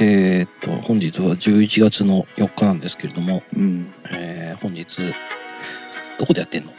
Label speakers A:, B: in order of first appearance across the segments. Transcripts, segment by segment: A: えーっと本日は11月の4日なんですけれども、
B: うん。
A: えー本日どこでやってん の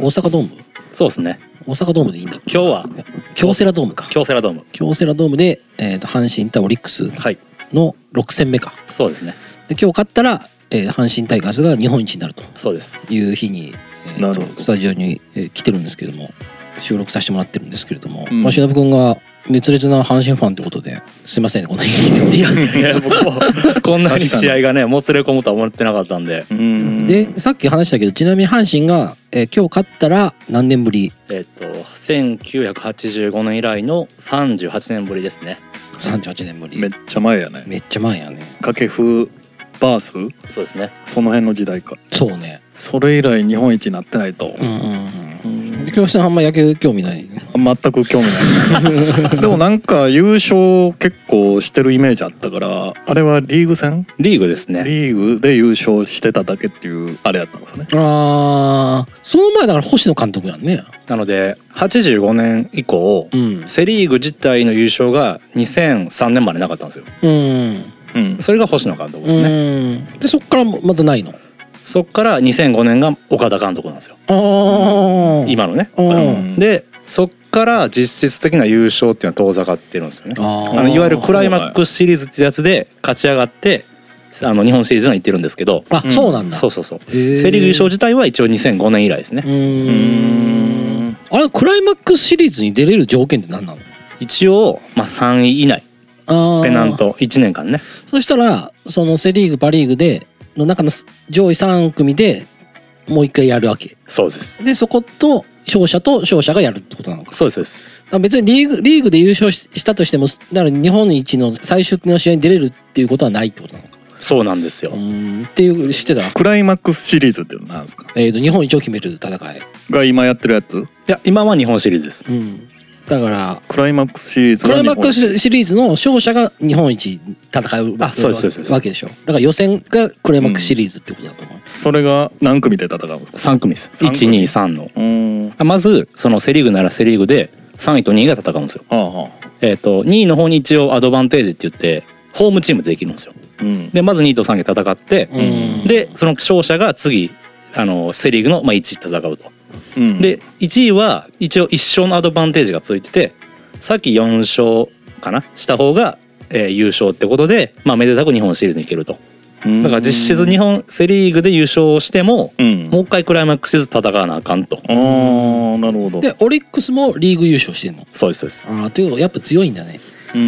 A: 大阪ドーム
C: そうですね。
A: 大阪ドームでいいんだっけ
C: 今日は
A: 京セラドームか
C: 京セラドーム。
A: 京セラドームで、えーっと阪神対オリックス
C: はい。
A: の6戦目か
C: そうですね。
A: で今日勝ったら、えー阪神タイガースが日本一になると
C: そうです。
A: いう日に、えーっ
B: な
A: と
B: るほど
A: スタジオに、えー来てるんですけども収録させてもらってるんですけれども、
B: うん
A: まあ、忍君が熱烈な阪神ファンってことですいませんねこんなに来ても
C: いやいやいや、僕もこんなに
B: 確かに
C: 試合がね、もつれ込むとは思ってなかったんで、
B: うん
A: で、さっき話したけどちなみに阪神が、えー今日勝ったら何年ぶり
C: えっ、と、1985年以来の38年ぶりですね。
A: 38年ぶりめ
B: めっちゃ前やね。
A: っちゃ前やね
B: 掛布バース
C: そうですね。
B: その辺の時代か。
A: そうね
B: それ以来日本一になってないと。
A: うんうん
B: うん
A: うん教室あんま野球興味ない
B: 全く興味ない。でもなんか優勝結構してるイメージあったから、あれはリーグ戦
C: リーグですね。
B: リーグで優勝してただけっていうあれやったんですね。
A: あーその前だから星野監督やんね
C: なので、85年以降
A: う、ん
C: セ・リーグ自体の優勝が2003年までなかったんですよ。
A: うん
B: うん。
C: それが星野監督ですね。
A: うんでそっからまたないの
C: そっから2005年が岡田監督なんですよ。
A: ああ
C: 今のね。
A: うん
B: うん
C: でそっから実質的な優勝っていうのは遠ざかってるんですよね。
A: あ
C: あ
A: ー
C: のいわゆるクライマックスシリーズってやつで勝ち上がってあの日本シリーズには行ってるんですけど
A: あ
B: うん
A: そうなんだ
C: そうそうそう
A: へー
C: セ・リーグ優勝自体は一応2005年以来です
A: う
C: ね。
A: ーんあれクライマックスシリーズに出れる条件って何なの
C: 一応、まあ、3位以内
A: あー
C: ペナント1年間ね
A: そしたらそのセ・リーグパ・リーグでの中の上位3組でもう一回やるわけ
C: そうです
A: でそこと勝者と勝者がやるってことなのか
C: そうですそうです
A: だから別にリーグリーグで優勝ししたとしてもだから日本一の最終の試合に出れるっていうことはないってことなのか
C: そうなんですよ
A: うーんっていうしてた
B: クライマックスシリーズっていうのなんですか
A: えー、と日本一を決める戦い、
B: が今やってるやつ
C: いや今は日本シリーズです
A: うん、だから
B: クライマックスシリーズ
A: ク
B: が
A: ラ
B: 日
A: イマ
B: 本
A: ックスシリーズの勝者が日本一戦う
C: あそうですそうです
A: わけでしょだから予選がクライマックスシリーズってことだと思う、
B: それが何組で戦うんですか
C: 3組です
B: 三組
C: 123の
B: うん。は
C: あまずそのセ・リーグならセ・リーグで3位と2位が戦うんですよ
B: あはあ。
C: えー、と2位の方に一応アドバンテージって言ってホームチームでできるんですよ。
B: うん。
C: でまず2位と3位で戦って、
A: うん
C: でその勝者が次あのセ・リーグの、まあ、1位と戦うと。
B: うん、
C: で1位は一応1勝のアドバンテージがついててさっき4勝かなした方が、えー優勝ってことで、まあ、めでたく日本シリーズに行けると。
B: うん
C: だから実質日本セ・リーグで優勝をしても、
B: うん。
C: もう一回クライマックスシリーズ戦わなあかんと。
B: ああ、なるほど。
A: でオリックスもリーグ優勝してんの
C: そうですそうです。
A: ああということやっぱ強いんだね
B: うん。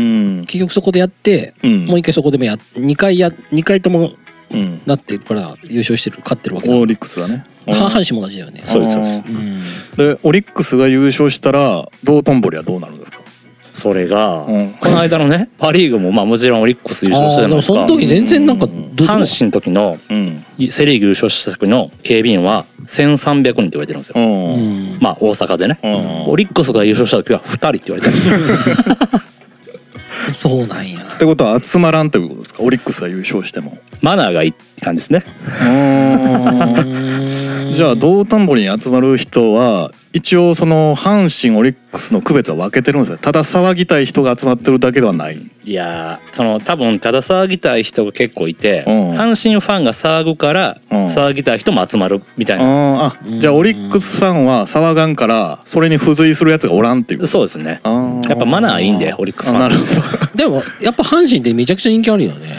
A: 結局そこでやって、
B: うん
A: もう一回そこでもや2回や二回とも
B: うん。
A: なってるから優勝してる勝ってるわけだ
B: オリックスだね。
A: 半々も同じだよね
C: そうですそうです
A: う。ん
B: で、オリックスが優勝したら、道頓堀はどうなるんですか
C: それが、
B: うん
C: この間のねパ・リーグもまあもちろんオリックス優
A: あ
C: 勝して
A: ーで
C: たじゃない
A: も
C: です
A: そ
C: か
A: の時全然なんか
B: うん
A: ど
C: 阪神の時の
B: うん。
C: セ・リーグ優勝した時の警備員は1300人って言われてるんですよ、
B: う。
A: うんん
C: まあ大阪でね、
B: うん
C: オリックスが優勝した時は2人って言われてるんですよ
A: そうなんや
B: ってことは集まらんということですかオリックスが優勝しても。
C: マナーがいいって感じですね
B: じゃあ道頓堀に集まる人は一応その阪神オリックスの区別は分けてるんですよただ騒ぎたい人が集まってるだけではない
C: いやーその多分ただ騒ぎたい人が結構いて、
B: うん
C: 阪神ファンが騒ぐから、
B: うん
C: 騒ぎたい人も集まるみたいな、
B: あーあじゃあオリックスファンは騒がんからそれに付随するやつがおらんっていう
C: そうですね
B: あー
C: やっぱマナーいいんでオリックスファン
B: あなるほ
A: でもやっぱ阪神ってめちゃくちゃ人気あるよね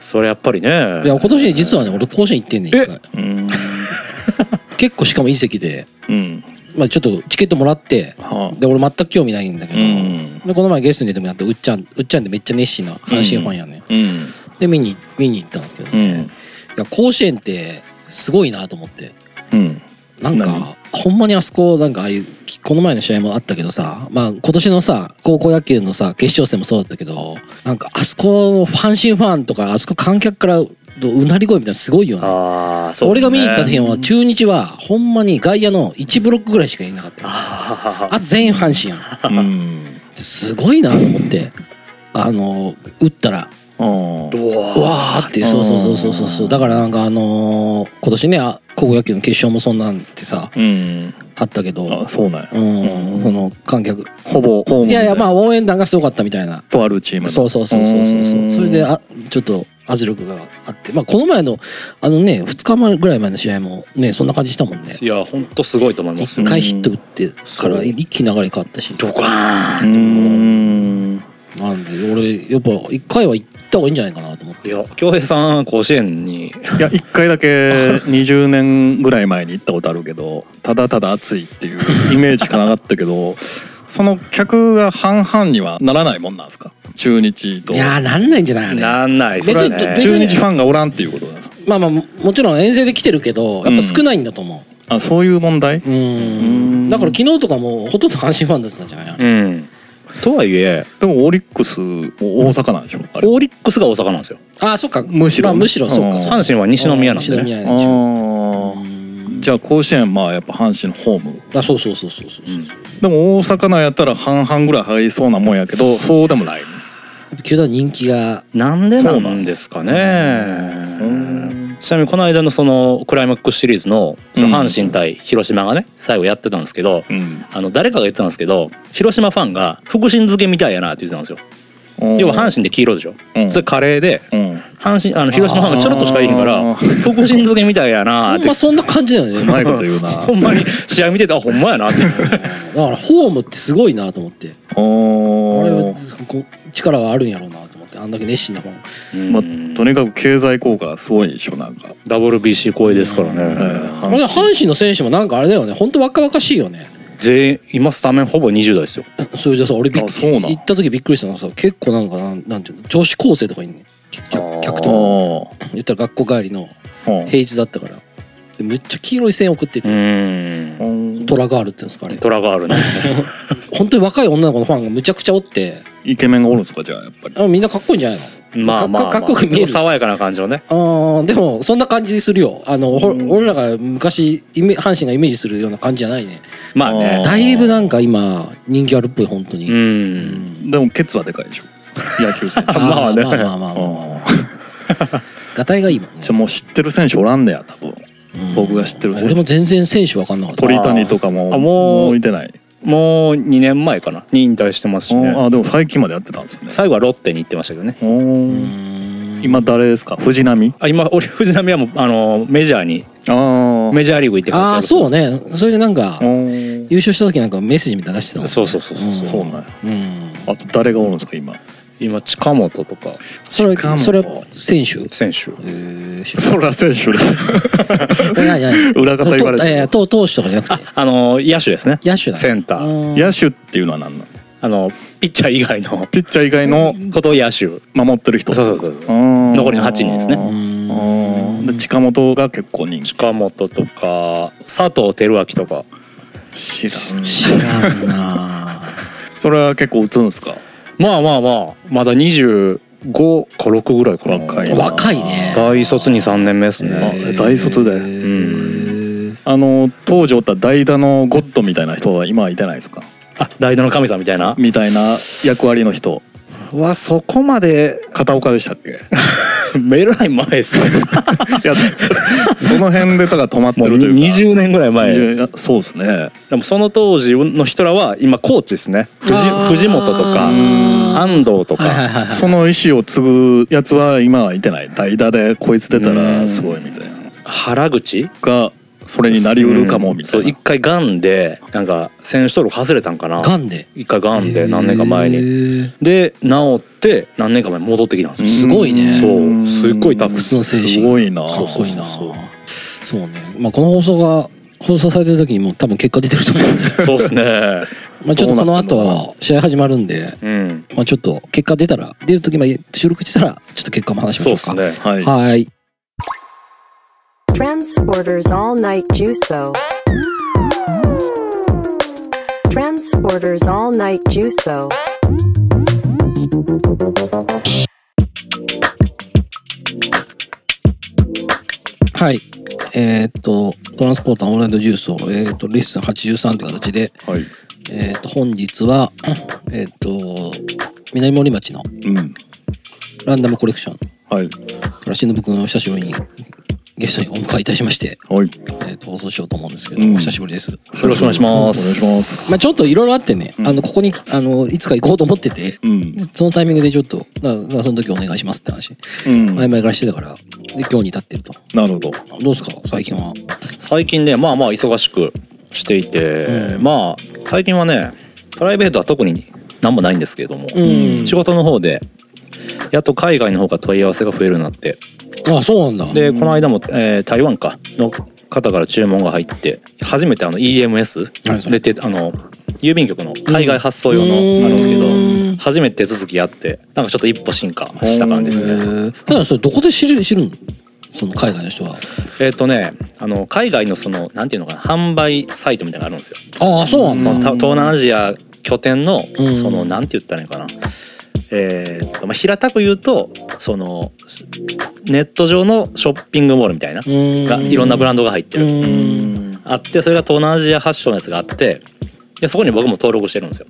C: それやっぱりね
A: いや今年ね実はね俺甲子園行ってんねん一回
B: どうん
A: 結構しかもいい席で
B: うん
A: まあちょっとチケットもらって
B: は
A: で俺全く興味ないんだけ
B: あう
A: ど、
B: ん
A: でこの前ゲストに出てもらったうっちゃんうっちゃんってめっちゃ熱心な阪神ファンやね、
B: うん
A: で見に見に行ったんですけど、
B: う
A: い
B: ん
A: や甲子園ってすごいなと思って
B: うん
A: なんかほんまにあそこなんかああいうきこの前の試合もあったけどさまあ今年のさ高校野球のさ決勝戦もそうだったけどなんかあそこの阪神ファンとかあそこ観客からのうなり声みたいなのすごいよね
C: ああそうで
A: 俺
C: すね
A: が見に行った時は中日はほんまに外野の1ブロックぐらいしかいなかったよあと全員阪神やん
B: うん
A: すごいなと思ってあの打ったら
B: あー
A: うわーってそうそうそうそうそうそうだからなんかあのー今年ねあ高校野球の決勝もそんなんってさ
B: うん
A: あったけど
B: あそうなんや
A: うんその観客
B: ほぼホーム
A: いやいやま
B: あ
A: あ応援団がすごかったみたいな
B: とあるチームの
A: そうそうそうそうそうそううんそれであちょっと圧力があってまあこの前のあのね2日前ぐらい前の試合もねそんな感じしたもんね
C: いや本当すごいと思います
A: 1
C: よ
A: 回ヒット打ってか
C: そ
A: ら
C: う
A: 一気に流れ変わったし
C: ドカ
B: う
C: ーン
B: ん
A: なんで俺やっぱ1回は行った方がいいんじゃないかなと思って
C: いや恭平さん甲子園に
B: いや一回だけ20年ぐらい前に行ったことあるけどただただ暑いっていうイメージしかなかったけどその客が半々にはならないもんなんですか中日と
A: いやーなんないんじゃないあれ
C: なんない
A: 別
C: そ
A: に
C: れはね
A: 別に
B: 中日ファンがおらんっていうことなんですか
A: まあまあももちろん遠征で来てるけどやっぱ少ないんだと思
B: あそういう問題
A: ううん
B: うん
A: だから昨日とかもほとんど阪神ファンだったんじゃないあれ
C: うんとはいえ
B: でもオリックスも大阪なんでしょあれ
C: オリックスが大阪なんですよ
A: ああそっか
B: むしろ
A: まあ、むしろそう
B: う
A: か
B: ん
A: そうか
C: 阪神は西宮なん
A: 西
C: でね
A: 宮
B: あ
A: でしょ
B: ー
A: うん
B: じゃあ甲子園まあやっぱ阪神のホーム
A: あそうそうそうそうそうそう、
C: うん
B: でも大阪なんやったら半々ぐらい入りそうなもんやけどそうでもない
A: 球団人気が
C: なんでなんですか
B: うん
C: ねちなみにこの間のそのクライマックスシリーズのその阪神対広島がね最後やってたんですけど
B: うん
C: あの誰かが言ってたんですけど広島ファンが福神漬けみたいやなって言ってたんですよ要は阪神で黄色でしょ
B: うん
C: それカレーで
B: 神うん
C: 阪神あの広島ファンがちょろっとしかいへんか
B: あ
C: ら
B: ー
C: 福神漬けみたいやな
A: ほ
C: っ
A: ん
C: て
A: まそんな感じだよ ね
B: うまいこと言うな
C: ほんまに試合見てたほんまやなって
A: だからホームってすごいなと思って
B: お
A: あれは
B: ー
A: こう力はあるんやろうなと思ってあんだけ熱心なファン
C: うん
B: まあ、とにかく経済効果がすごいでしょなんか、
C: WBC 超えですからね、
A: う
B: えー
A: あれ阪神の選手もなんかあれだよねほんと若々しいよね
C: 全員今スタメンほぼ20代ですよ
A: それでさ俺びっ
B: あそうなん
A: 行った時びっくりしたのがさ結構なんかなんなんていうの女子高生とかいんね客客客と
B: おー
A: 言ったら学校帰りの
B: ほ
A: 平日だったからでめっちゃ黄色い線送って
C: う
A: て、
C: ん
B: ん
A: トラガールって言うんですかあれ
C: トラがあるね
A: 本当に若い女の子のファンがむちゃくちゃおって
B: イケメンがおるんですかじゃあやっぱり
A: あみんなかっこいいんじゃないの
C: まあまあ、まあ、
A: かっこよく見える
C: 爽やかな感じのね
A: あーでもそんな感じするよあの、ほ俺らが昔イメ阪神がイメージするような感じじゃないね
C: まあ
B: あー
C: ね
A: だいぶなんか今人気あるっぽい本当
C: う
A: に、
C: ん
B: でもケツはでかいでしょ野球選手
A: ー
C: まあ ね
A: まあまあまあまあまあ
B: あー
A: がたいがいいもんね
B: じゃあもう知ってる選手おらんねや多分
A: うん
B: 僕が知ってる選手
A: 俺も全然選手分かんなかった
B: 鳥谷とかも
C: あもう
B: もういてない
C: もう2年前かなに引退してますし
B: あ
C: ね
B: ーでも最近までやってたんですよね
C: 最後はロッテに行ってましたけどね
B: おー
A: うん
B: 今誰ですか藤浪
C: あ今俺藤浪はもうあのメジャーに
B: あー
C: メジャーリーグ行って
A: ああそう
C: ね
A: ねそれでなんか
B: おー
A: 優勝した時なんかメッセージみたいなの出してたもんね
C: そうそうそうそう
B: そうなんや
A: うん
B: あと誰がおるんですか今
C: 今近本とか
A: それ
B: 近本
A: それ選手
C: 選手
A: えー知ら
B: そら選手です
A: ない何何
B: 裏方言われてる
A: えーと 投手とかじゃなくて
C: あの野手ですね
A: 野手だ
C: センター
B: 野手っていうのは何なの
C: あのピッチャー以外の
B: ピッチャー以外の
C: ことを野手
B: 守ってる人
C: そうそうそうそう残
B: 残
C: りの八人ですね
A: うん
B: で近本が結構人気
C: 近本とか佐藤輝明とか
B: 知らん
A: 知らんな
B: それは結構打つんですか
C: まあまあまあまだ25か6ぐらいかな
B: 若い
A: ぁ若いね
C: 大卒に3年目です
B: あ
C: ね、
A: えー
B: 大卒だよ
A: うん
B: あの当時おった代打のゴッドみたいな人は今はいてないですか
C: あ代打の神様みたいな
B: みたいな役割の人
C: はそこま で
B: 片岡でしたっけ い
C: メールライン前ですね
B: やその辺でだから止まって
C: もう
B: るというか
C: 20年ぐらい前
B: 20いやそうですね
C: でもその当時の人らは今コーチですね藤
A: あー
C: 藤本とか
A: うん
C: 安藤とか、
A: はいはいはいはい
B: その意思を継ぐやつは今はいてない代打でこいつ出た
C: う
B: ら
C: ん
B: すごいみたいなの
C: 原口
B: がそれになりうるかもみた
C: そう
B: い
C: 一
B: な
C: 回ガンでなんか選手登録外れたんかな
A: ガンで
C: 一回ガンで何年か前
A: へ
C: に
A: ー
C: で治って何年か前に戻ってきたんですよ、
A: すごいね
C: そうすっごい多分
A: 普通の精神
B: すごいな
A: かっこいいな
C: そうそう
A: そうねまあこの放送が放送されてる時にもう多分結果出てると思うんで
C: そうですね。
A: まあちょっとこの
B: どうなってんの
A: 後試合始まるんで
C: うん。
A: まあちょっと結果出たら出る時まで収録したらちょっと結果も話しまし
C: そ
A: ょ
C: う
A: う
C: で
A: か
C: すね。
B: はい
A: はい
D: Transporters All Night Juso. Transporters All Night Juso.
A: はいえーっとトランスポーターオンラインドジュースをえーっとレッスン83という形で
B: はい
A: えー、と本日は、えー、と南森町の
B: うん
A: ランダムコレクション
B: はい
A: からしのぶくん久しぶりにゲストにお迎えいたしまして、
B: は
A: え
B: い。
A: ー、放送しようと思うんですけど、
B: うん
A: お久しぶりです。
C: よろしくお願いします
B: お願いします。
A: まあちょっといろいろあってね、
B: うん
A: あの、ここに、あの、いつか行こうと思ってて、
B: うん。
A: そのタイミングでちょっと、だからその時お願いしますって話、
B: うん。
A: 前々からしてたから、で今日に至ってると。
B: なるほど。
A: どうですか最近は。
C: 最近ねまあまあ忙しくしていて、
A: うん
C: まあ最近はねプライベートは特に何もないんですけれども、
A: うん
C: 仕事の方でやっと海外の方から問い合わせが増えるようになって
A: あ、そうなんだ。
C: でこの間も、えー台湾かの方から注文が入って初めてあの EMS
A: 何そ
C: で
A: れ
C: てあの郵便局の海外発送用の
A: うん
C: あるんですけど、
A: うん
C: 初めて手続きやってなんかちょっと一歩進化した感じですね。
A: ね。ただそれどこで知る知るのその海外の人は。
C: えっ、とねあの海外のそのなんていうのかな販売サイトみたいなのがあるんですよ。
A: ああ、そうなん
C: その
A: だ。
C: た東南アジア拠点の
A: うん
C: そのなんて言ったらいいのかな、えーっとまあ、平たく言うとそのネット上のショッピングモールみたいながいろんなブランドが入って
A: う
C: る、
A: ん。
C: あってそれが東南アジア発祥のやつがあってでそこに僕も登録してるんですよ。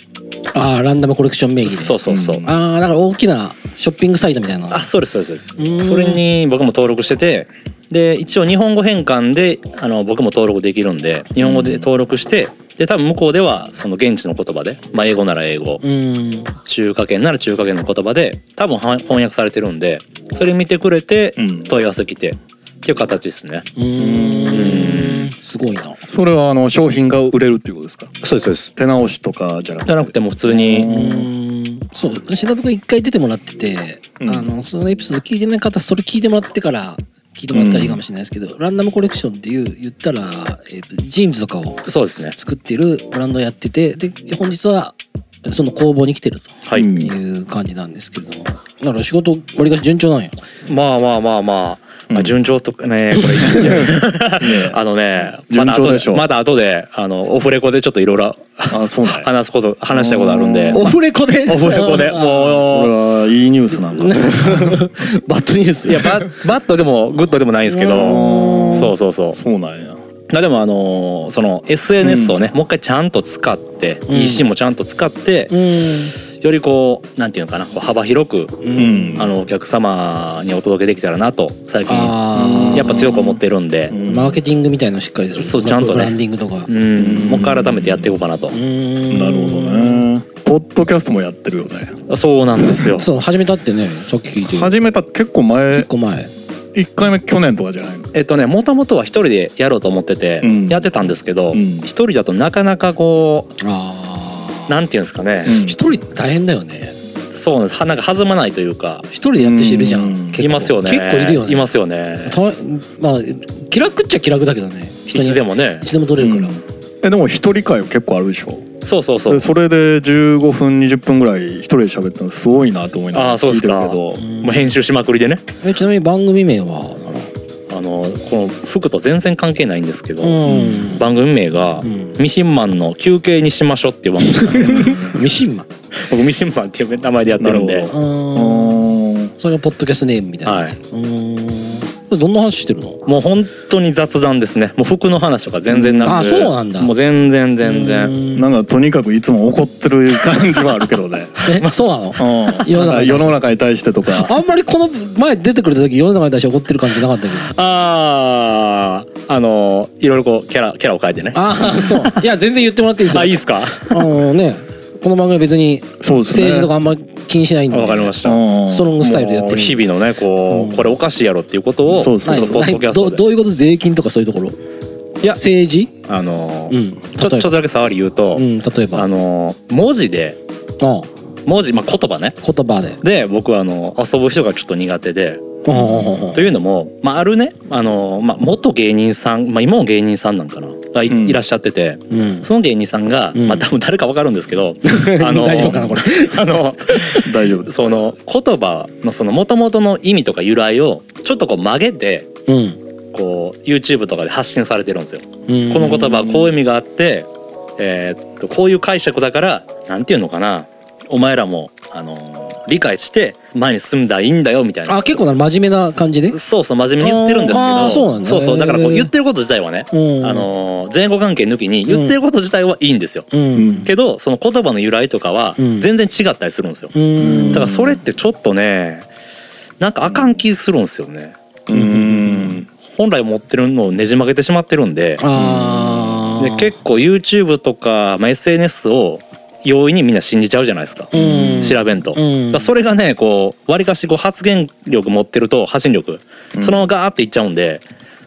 A: ああ、ランダムコレクション名義で。
C: そうそうそう、
B: うん
A: ああ、だから大きなショッピングサイトみたいな。
C: あそうですそうですそう
A: う
C: で
A: ん
C: すそれに僕も登録しててで一応日本語変換であの僕も登録できるんで日本語で登録してで多分向こうではその現地の言葉で、まあ、英語なら英語、
A: うん。
C: 中華圏なら中華圏の言葉で多分は翻訳されてるんでそれ見てくれて
B: うん
C: 問い合わせ来てっていう形ですね、
A: うん。すごいな。
B: それはあの商品が売れるっていうことですか
C: そうですそうです
B: 手直しとかじゃなく
C: じ
B: て
C: ゃなくてもう普通
A: う
C: に
A: ん。そう、しのぶくん一回出てもらってて、
B: うん
A: あの、そのエピソード聞いてない方、それ聞いてもらってから、聞いてもらったらいいかもしれないですけど、ランダムコレクションっていう、言ったら、えっ、と、ジーンズとかを
C: そうですね
A: 作ってるブランドをやってて、で、本日は、その工房に来てると。
C: はい、
B: うん
A: いう感じなんですけれども。だから仕事、わりかし順調なんや。
C: まあまあまあまあ、ま
B: う
C: あ
B: ん
C: 順調とかねこれ言ってあのねまだ
B: 順調
C: 後
B: でしょ
C: でまだ後であのオフレコでちょっといろいろ
B: あそうなんや
C: 話すこと話したいことあるんで
A: オフレコで
C: オフ レコで
B: これ
C: もう
B: はいいニュース なんかな
A: バッドニュース。
C: いやバッバットでもグッドでもないんですけど
A: うん
C: そうそうそう
B: そうなんや
C: まあでもあのーその SNS をね、もう一回ちゃんと使って、
A: ん
C: EC もちゃんと使って、
A: う
C: よりこうなんていうのかなこう幅広
A: ん。
C: く、
B: う。ん
C: あのお客様にお届けできたらなと最近
A: あー
C: やっぱ強く思ってるんで、
B: うん
A: マーケティングみたいのしっかりする。
C: そうちゃんとね
A: ブランディングとか
C: う。んもう一回改めてやっていこうかなと
A: う、ん。
B: なるほど。ねポッドキャストもやってるよね
C: そうなんです よ
A: そう、始めたってね、さっき聞いてる。
B: 始めた結構前
A: 結構前。
B: 1回目去年とかじゃないの
C: えっとねもともとは一人でやろうと思ってて、
B: うん
C: やってたんですけど
B: うん
C: 一、人だとなかなかこ
A: あ
C: う
A: あ。
C: なんていうんですかね、
A: 一人大変だよね。
C: そうなんですはなんか弾まないというか
A: 一人でやってる人いるじゃ
B: うん
A: ん。結構
C: いますよね
A: 結構いるよね。
C: いますよね
A: たまあ、気楽っちゃ気楽だけどね。
C: い
A: に
C: つで。もね
A: いつでも取れるから。
B: えでも一人会結構あるでしょ
C: そうそうそう
B: でそれで15分20分ぐらい一人で喋ったのすごいなと思いなが
C: あ
B: ら
C: あそう
B: 聞
C: で
B: い
C: す
B: てる
C: か
B: けど
A: ん
C: もう編集しまくりでね
A: えちなみに番組名は
C: あのこの服と全然関係ないんですけど、
A: うん
C: 番組名が、
A: うん
C: ミシンマンの休憩にしましょう」っていう番組なんですよ
A: ミシンマン
C: 僕ミシンマンっていう名前でやってるん
B: な
C: で
B: るほ
A: うん
B: うん
A: それがポッドキャストネームみたいな
C: はいう
A: ーんこれどんな話してる の
C: もう本当に雑談ですねもう服の話とか全然なく
A: あそうなんだ
C: もう全然全然
A: 然
B: なんかとにかくいつも怒ってる感じはあるけどね
A: えそうなの
B: うん
A: 世の中に対して
B: なんか世の中に対してとか
A: あんまりこの前出てくれた時世の中に対して怒ってる感じなかったけど
C: あああのいろいろこうキャラキャラを変えてねあ
A: ああそういや全然言ってもらっていいですよ
C: いいっすか
A: あのねこの番組は別に
B: そうですね
A: 政治とかあんまり気にしないんで
C: わかりました
B: うん
A: ストロングスタイルでやっ
C: も
A: て
C: う
A: る
C: 日々のねこう、
A: うん
C: これおかしいやろっていうことを
B: そうそう
C: ちょっとポ
A: な
C: ッ
A: い
C: ドキ
A: ない
C: ャ
A: ど
C: ス
A: ど
C: ト
A: ういうこと税金とかそういうところ
C: でいや
A: 政治
C: あの、
A: うん
C: ちょっと
A: 例え
C: ちょ
A: ば
C: っとだけ触り言うと、
A: うん例えば
C: あの文字で
A: あ
C: 文字、まあ、言葉ね
A: 言葉で
C: で僕はあの遊ぶ人がちょっと苦手で
A: うんうんうん
C: というのも、まあ、あるねあの、まあ、元芸人さん、まあ、今も芸人さんなんかながい,、
B: うん
C: らっしゃってて
A: うん
C: その芸人さんが、
A: うん
C: まあ多分誰かわかるんです けどあの
A: 大丈夫かなこれ
C: あの
B: 大丈夫です
C: その言葉のその元々の意味とか由来をちょっとこう曲げて
A: うん
C: こう YouTube とかで発信されてるんですよ。こ
A: うん
C: の言葉はこういう意味があって、えーっとこういう解釈だからなんていうのかなお前らもあの理解して前に進んだらいいんだよみたいな
A: あ結構な真面目な感じで
C: そうそう真面目に言ってるんですけ
A: あー
C: ど
A: そうなんだ
C: そうそうだからこ
A: へ
C: う
A: ー
C: 言ってること自体はね、
A: うん
C: あのー前後関係抜きに言ってること自体はいいんですよ、
A: うん
B: うん
C: けどその言葉の由来とかは
A: うん
C: 全然違ったりするんですよ、
A: う
C: だ
A: ん
C: からそれってちょっとねなんかあかん気するんですよね
B: うん
C: 本来持ってるのをねじ曲げてしまってるんで
A: あ
C: で結構 YouTube とか、まあ、SNS を容易にみんな信じちゃうじゃないですか、
A: うん
C: 調べんと、
A: うん
C: だからそれがねこうわりかしこう発言力持ってると発信力そのままガーっていっちゃうんで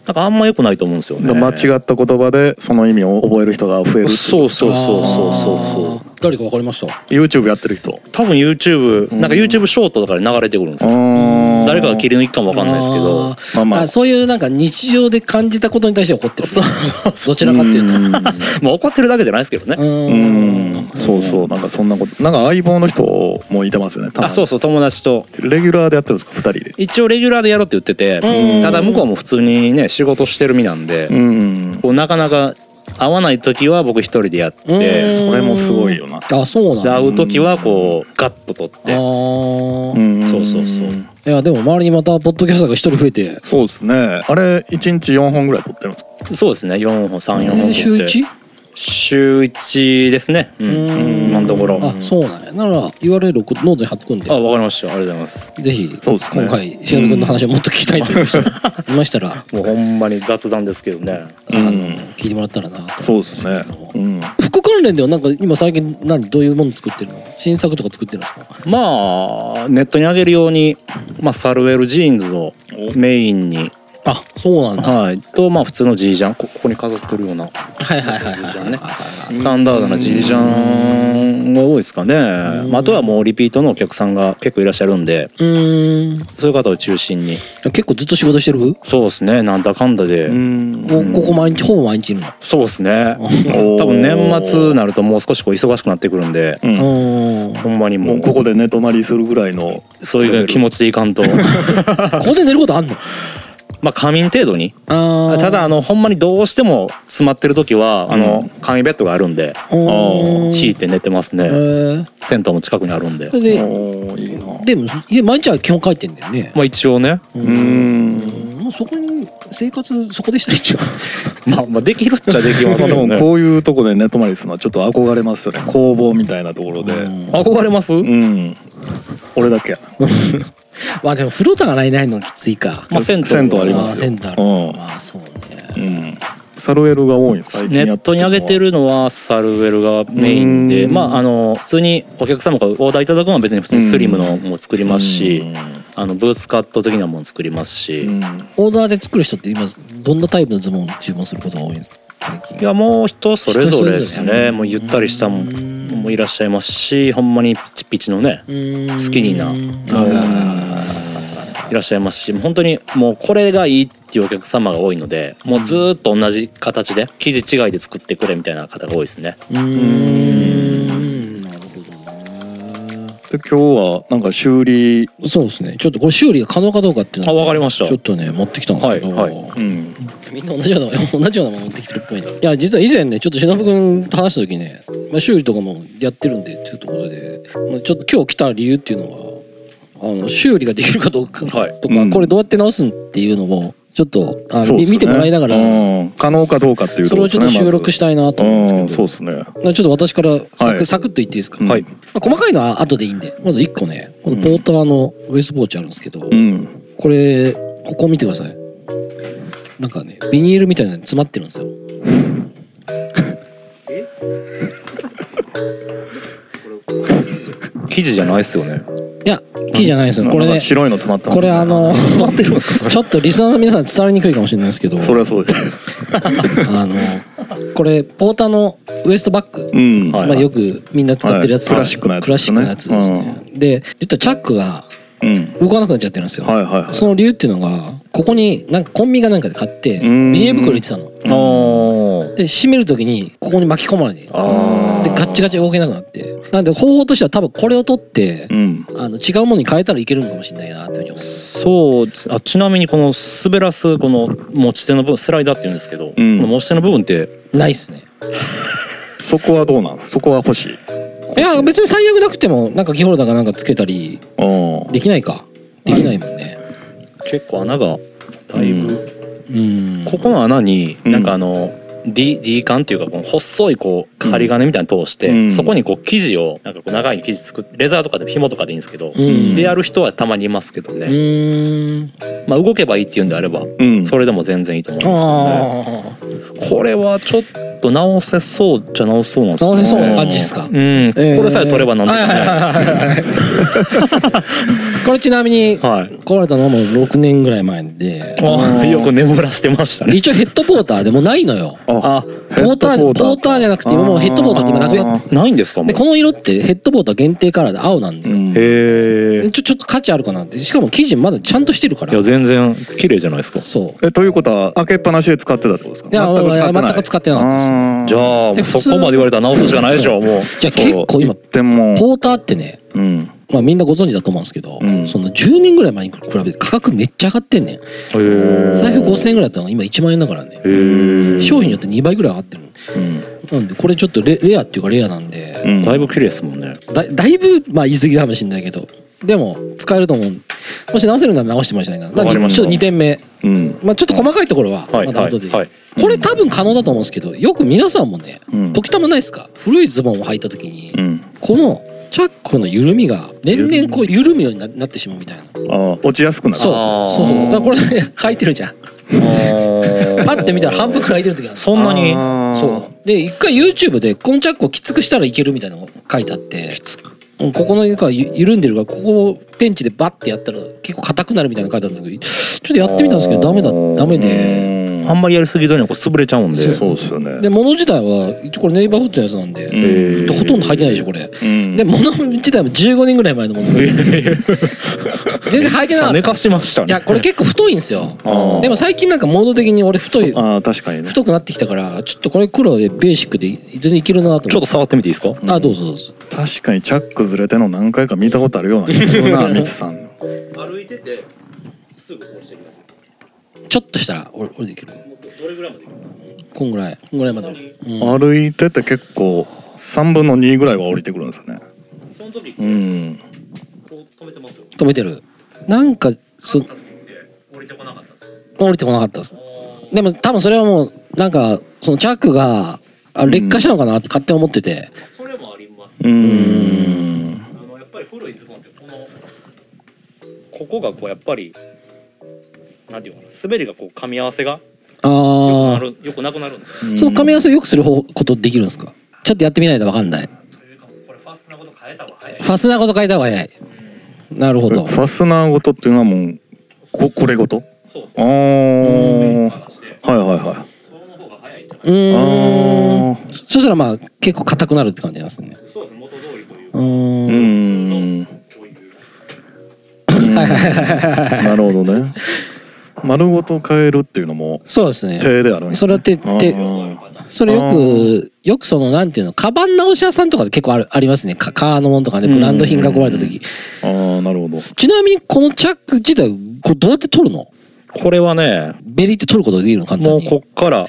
C: なんかあんま良くないと思うんですよね
B: 間違った言葉でその意味を覚える人が増えるっていう
C: そうそうそうそうそうそう
A: う誰かわかりました
B: YouTube やってる人
C: 多分 YouTube なんか YouTube ショートとかで流れてくるんですよ誰
B: 誰
C: かが切り抜きかもわかんないですけど
B: まあまあ
A: そういうなんか日常で感じたことに対して怒ってるどちらかっていうと
C: まあ怒ってるだけじゃないですけどね
A: うん
B: うんそうそうなんかそんなことなんか相棒の人もいてますよねたま
C: あ
B: に
C: そうそう友達と
B: レギュラーでやってるんですか二人で
C: 一応レギュラーでやろうって言っててただ向こうも普通にね仕事してる身なんで
B: うん
C: こうなかなか会わない時は僕一人でやって
B: それもすごいよな
A: あそうなん
C: で
A: だ
C: 会う時はこうガッと取っ
A: あ
C: て
A: ー
B: ん
C: そうそうそう
A: いやでも周りにまたポッドキャストが一人増えて
B: そうですねあれ一日四本ぐらい撮ってるんですか
C: そうですね4本34本取って
A: 週 1?
C: 週1ですねうん
A: うん
C: 今のところ
A: あそうなんやなら URL をノートに貼ってくんで
C: あわかりましたありがとうございます
A: ぜひ
B: そ
A: 今
B: うですね
A: 回しおり君の話をもっと聞きたいという人がいましたら
C: もうほんまに雑談ですけどね
A: あの
B: うん
A: 聞いてもらったらなと
B: そうですねうん
A: 服関連ではなんか今最近何どういうもの作ってるの新作とか作ってるんですか
C: まあネットに上げるように、まあ、サルエルジーンズをメインに、
A: あそうなんだ
C: はい、とまあ普通のジージャンこここに飾ってるような
A: はいはいはい
C: ジージ
A: は
C: ャ
A: い
C: ンねスタンダードなジージャンが多いですかね、まあ、あとはもうリピートのお客さんが結構いらっしゃるんで
A: うーん
C: そういう方を中心に
A: 結構ずっと仕事してるこ
C: そうですねなんだかんだで、
B: うん
A: ここ毎日ほぼ毎日いるの
C: そうですね
B: おー
C: 多分年末になるともう少しこう忙しくなってくるんで、
B: うん
A: うん
C: ほんまにも
B: も
C: う
B: うここで寝泊まりするぐらいの
C: そういう気持ちでいか んと
A: ここで寝ることあんの
C: まあ仮眠程度に
A: あー
C: ただあのほんまにどうしても詰まってる時はあの簡易ベッドがあるんで
A: うーん
C: 敷いて寝てます
A: え
C: ね
A: ー
C: 銭湯も近くにあるんで
A: それで
B: おーいいな
A: でもいや毎日は基本帰ってんだよね
C: まあ一応ね
B: うん
A: もうそこに生活そこでしたらいいんじゃん
C: まあまあできるっちゃでき
B: ま
C: ま
B: あ
C: す
B: で
C: よ
B: も
C: ね
B: こういうとこで寝泊まりするのはちょっと憧れますよね工房みたいなところで
C: 憧れます
B: うん俺だけや
A: まあでも風呂とかないないのきついか
C: まあ銭湯
B: 銭湯ありますよ
A: あー銭湯ある
B: うん
A: まあそうね
B: うんサルエルが多いんです最近
C: ネ
B: や
C: ッ
B: っ
C: トに上げてるのはサルウェルがメインで
B: うん
C: まああの普通にお客様からオーダーいただくのは別に普通にスリムのも作りますしあのブーツカット的なもの作りますし
B: うん
A: オーダーで作る人って今どんなタイプのズボンを注文することが多いんですか最近
C: いやもう人それぞれです
A: 人それぞれ
C: ねもうゆったりしたももいらっしゃいますしほんまにピチピチのねスキニーなはいらっしゃいますし本当にもうこれがいいっていうお客様が多いのでもうずーっと同じ形で生地違いで作ってくれみたいな方が多いですね
A: うーんなる
B: で今日はなんか修理
A: ほどそうですねちょっとこれ修理が可能かどうかっていうの
C: あ
A: を
C: わかりました
A: ちょっとね持ってきたんですけど、
C: はいは
B: うん
A: みんな同じような同じようなもの持 ってきてるっぽいないや実は以前ねちょっと忍君と話した時ね、まあ、修理とかもやってるんでっていうところで、まあ、ちょっと今日来た理由っていうのはあの修理ができるかどうかとか、
C: はい
B: うん
A: これどうやって直すんっていうのもちょっとあの
B: そうっすね
A: 見てもらいながら、
B: うん可能かどうかっていう
A: それをちょっと収録した
B: い
A: たいなと思うんですけ
B: そう
A: ど、
B: ですね
A: ちょっと私からサク,、
B: はい
A: サクッと言っていいですか、
B: うん
A: まあ、細かいのは後でいいんでまず1個ねこのポーターのウエストポーチあるんですけど、
B: うん
A: これここ見てくださいなんかねビニールみたいなのに詰まってるんですよ
C: 生地じゃないですよね
A: いや木じゃないんですよこれ
B: なん
A: ね
B: か白いの詰まってます
A: これあの
C: 待ってるんですかそ
A: ちょっとリスナーの皆さん伝わりにくいかもしれないですけど
B: それはそうです
A: あのこれポーターのウエストバッグ、
B: うん
C: はい
A: まあ、よくみんな使ってるやつ、
B: はいクラシックなやつですね
A: クラシックなやつですねで実はチャックが
B: うん
A: 動かなくなっちゃってるんですよ、
B: はいはいはい
A: その理由っていうのがここになんかコンビニかなんかで買ってビ
B: ん
A: ニール袋入れてたの
C: あー
A: で閉める時にここに巻き込まれてで
B: あ
A: ガッチガチ動けなくなってなんで方法としては多分これを取って
B: ー、うん
A: あの違うものに変えたらいけるのかもしれないなというふうに思います
C: そうあちなみにこの滑らすこの持ち手の部分スライダーっていうんですけど、
B: うん
C: この持ち手の部分って
A: ないっすね
B: そこはどうなんですそこは欲しい
A: いや別に最悪なくてもなんかキーホルダーかなんかつけたり
B: うん
A: できないかできないもんね
C: 結構穴がだいぶ、
A: うん
C: ここの穴に
B: うん
C: なんかあの、 D, D 管っていうかこの細いこう針金みたいなの通して、
B: うん
C: そこにこう生地をなんかこう長い生地作ってレザーとかで紐とかでいいんですけど、
A: うん
C: でやる人はたまにいますけどね、
A: うーん
C: まあ、動けばいいっていうんであれば、
B: うん
C: それでも全然いいと思うんですけどね。
A: ああ
C: これはちょっと直せそうじゃ直せそうなんですか
A: 直
C: ね
A: せそうな感じですか
C: うん、
A: えー
C: これさえ取ればなんとかね、
A: はいはいはいはいこ れちなみに
C: はい
A: 壊れたのはもう6年ぐらい前で
C: あ ーよく眠らしてましたね
A: 一応ヘッドポーターでもうないのよ
C: あ
A: ポーターポーターじゃなくて今もうヘッドポーターって今なくなっ
C: えないんですかもう
A: でこの色ってヘッドポーター限定カラーで青なんで、
B: うん
C: へえ
A: ちょちょっと価値あるかなってしかも生地まだちゃんとしてるか
C: いや
A: ら
C: 全然綺麗じゃないですか
A: そう
B: えということは開けっぱなしで使ってたってことですか
A: いや
B: 全く使ってな
A: 全
B: い
A: く使ってなかったです
B: あー
C: じゃあ
A: で
C: そ
A: 普通
C: こまで言われたら直すしかないでしょもう
A: じゃあ
C: そう
A: 結構今
B: でも
A: ポーターってね、
B: うん
A: まあ、みんなご存知だと思うんですけど、
B: うん
A: その10年ぐらい前に比べて価格めっちゃ上がってんねん
C: へー
A: 財布5000円ぐらいだったのが今1万円だからね
C: へー
A: 商品によって2倍ぐらい上がってるの
B: う
A: な
B: ん
A: んでこれちょっとレレアっていうかレアなん
B: う
A: で、
B: ん
C: だいぶ綺麗ですもん ね
A: だだいぶまあ言い過ぎかもしれないけどでも使えると思うもし直せるなら直してもらいたいなだ
C: わ
A: か
C: かり
A: ら
C: まし
A: ち
C: た
A: ょっと2点目
B: うん
A: まあ、ちょっと細かいところは
C: はい
A: また後で、
C: はいはい
A: これ多分可能だと思うんですけどよく皆さんもね、
B: うん
A: 時たまないですか古いズボンを履いた時に、
B: うん
A: このチャックの緩みが年々こう緩むようにななってしまうみたいな
B: あー落ちやすくなる
A: そう
C: あー
A: そうそうだからこれ、ね、 履いてる じゃんパッて見たら半分くらい履いてる時がある
C: そんなに
B: あー
A: そうで一回 YouTube でこのチャックをきつくしたらいけるみたいなのが書いてあってうんここの床がゆ緩んでるからここをペンチでバッてやったら結構硬くなるみたいなの書いてあったんですけどちょっとやってみたんですけどダメだダメで。
B: うん
C: あんまりやりすぎるとねこう潰れちゃうんで
B: そうですよね
A: で物自体は一応これネイバーフッドのやつなんで、
B: うん
A: ほとんど履いてないでしょこれ、
B: うん
A: で物自体も15年ぐらい前のもの全然履いてなか
C: 寝
A: った
C: かしました
A: いや
C: ね
A: これ結構太いんですよ
B: あー
A: でも最近なんかモード的に俺太い
B: そあー確かにね
A: 太くなってきたからちょっとこれ黒でベーシックで全然いけるなと
C: ちょ
A: 思
C: っと触ってみていいですか
A: ってあどうぞどうぞ
B: 確かにチャックずれてんの何回か見たことあるような気がするなミツさんの
C: 歩いててすぐ落ちてください
A: ちょっとしたら俺俺でいける
C: どれぐらいまでいきます
A: こんぐらいこんぐらいまで、うん
B: 歩いてて結構3分の2ぐらいは降りてくるんですよね
C: その時
B: うん
C: こう止めてますよ
A: 止めてるなんかそ
C: 降りてこなかったです
A: 降りてこなかったですでも多分それはもうなんかそのチャックがあ劣化したのかなって勝手に思ってて、
C: それもあります
B: うーん
C: あのやっぱり古いズボンってこのここがこうやっぱりなんていうのかな滑りがこう噛み合わせが
A: あ
C: な
A: あ
C: るよくなくなるんで
A: その噛み合わせを良くする方ことできるんですかちょっとやってみないと分かんない
C: というかこれファーストなこと変えた方が早い
A: ファスナーごと変えた方が早いなるほ
B: フ
A: ど
B: ァスナーごとっていうのはもうここれごと
C: そうです
B: あ
C: ね
B: ーはい
C: して
B: はいは
C: その方が早いんじゃな
A: う
B: い
A: ーん
B: あ
A: そしたらまあ結構硬くなるって感じなんですね
C: いそうですね元通りという
A: う
C: か
A: ー
B: ーう
A: ん
B: ーん
C: こういう
B: なるほどね丸ごと変えるっていうのも
A: そうですね
B: 手であるんや
A: それってって
B: うん
A: それよくよくそのなんていうのカバン直し屋さんとかで結構あるありますねかカーのものとかねブランド品が壊れた時
B: ああなるほど
A: ちなみにこのチャック自体これどうやって取るの
C: これはね
A: ベリって取ることができるの簡単
C: もう
A: に
C: こっから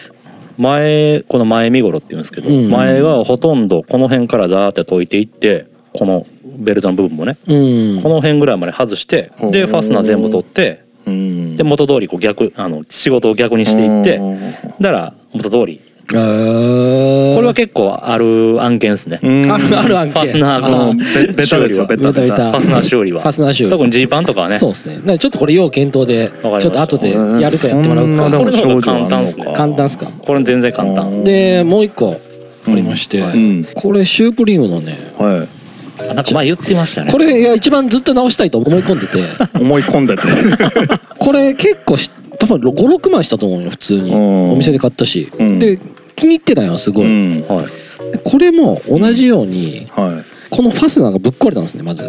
C: 前この前身頃っていうんですけど、
A: うん
C: 前はほとんどこの辺からダーって解いていってこのベルトの部分もね
A: うん
C: この辺ぐらいまで外して、
B: うん
C: で、ファスナー全部取って、
B: うん
C: で、元通りこう逆、あの、仕事を逆にしていって、だから、元通り。
A: こ
C: これは結構ある案件ですね。
B: う
C: フ
B: ん
A: あるある案件
C: ファスナー
A: あの
C: が
B: ベベタですよベ
A: ベ
B: タ
A: タベタ
C: ァスナー修理は。
A: ファスナー修理
C: 特にジーパンとかはね。
A: そうですね。だからちょっとこれ要検討で、ちょ
C: わかりま
A: っ
C: した
A: と後でやるかやってもらう
B: そんな
A: か。
B: で
C: これ
B: も
C: の方
B: 症
C: が
B: 状あ
C: 簡
B: ん
C: 単
B: の
C: ですね
B: か
A: 簡単っすか。
C: これ全然簡単。
A: で、もう一個ありまして、
B: うん
A: これシュープリームのね、
B: は
C: あなんか前言ってましたね。
A: これいや一番ずっと直したいと思い込んでて、
B: い思い込 んでて
A: これ結構し多分5、6万したと思うよ、普通に。
B: うん
A: お店で買ったし。
B: うん
A: で、気に入ってたよ、すご
B: う
A: い。
B: ん
C: はい。
A: でこれも同じように、
B: はい
A: このファスナーがぶっ壊れたんですね、まず。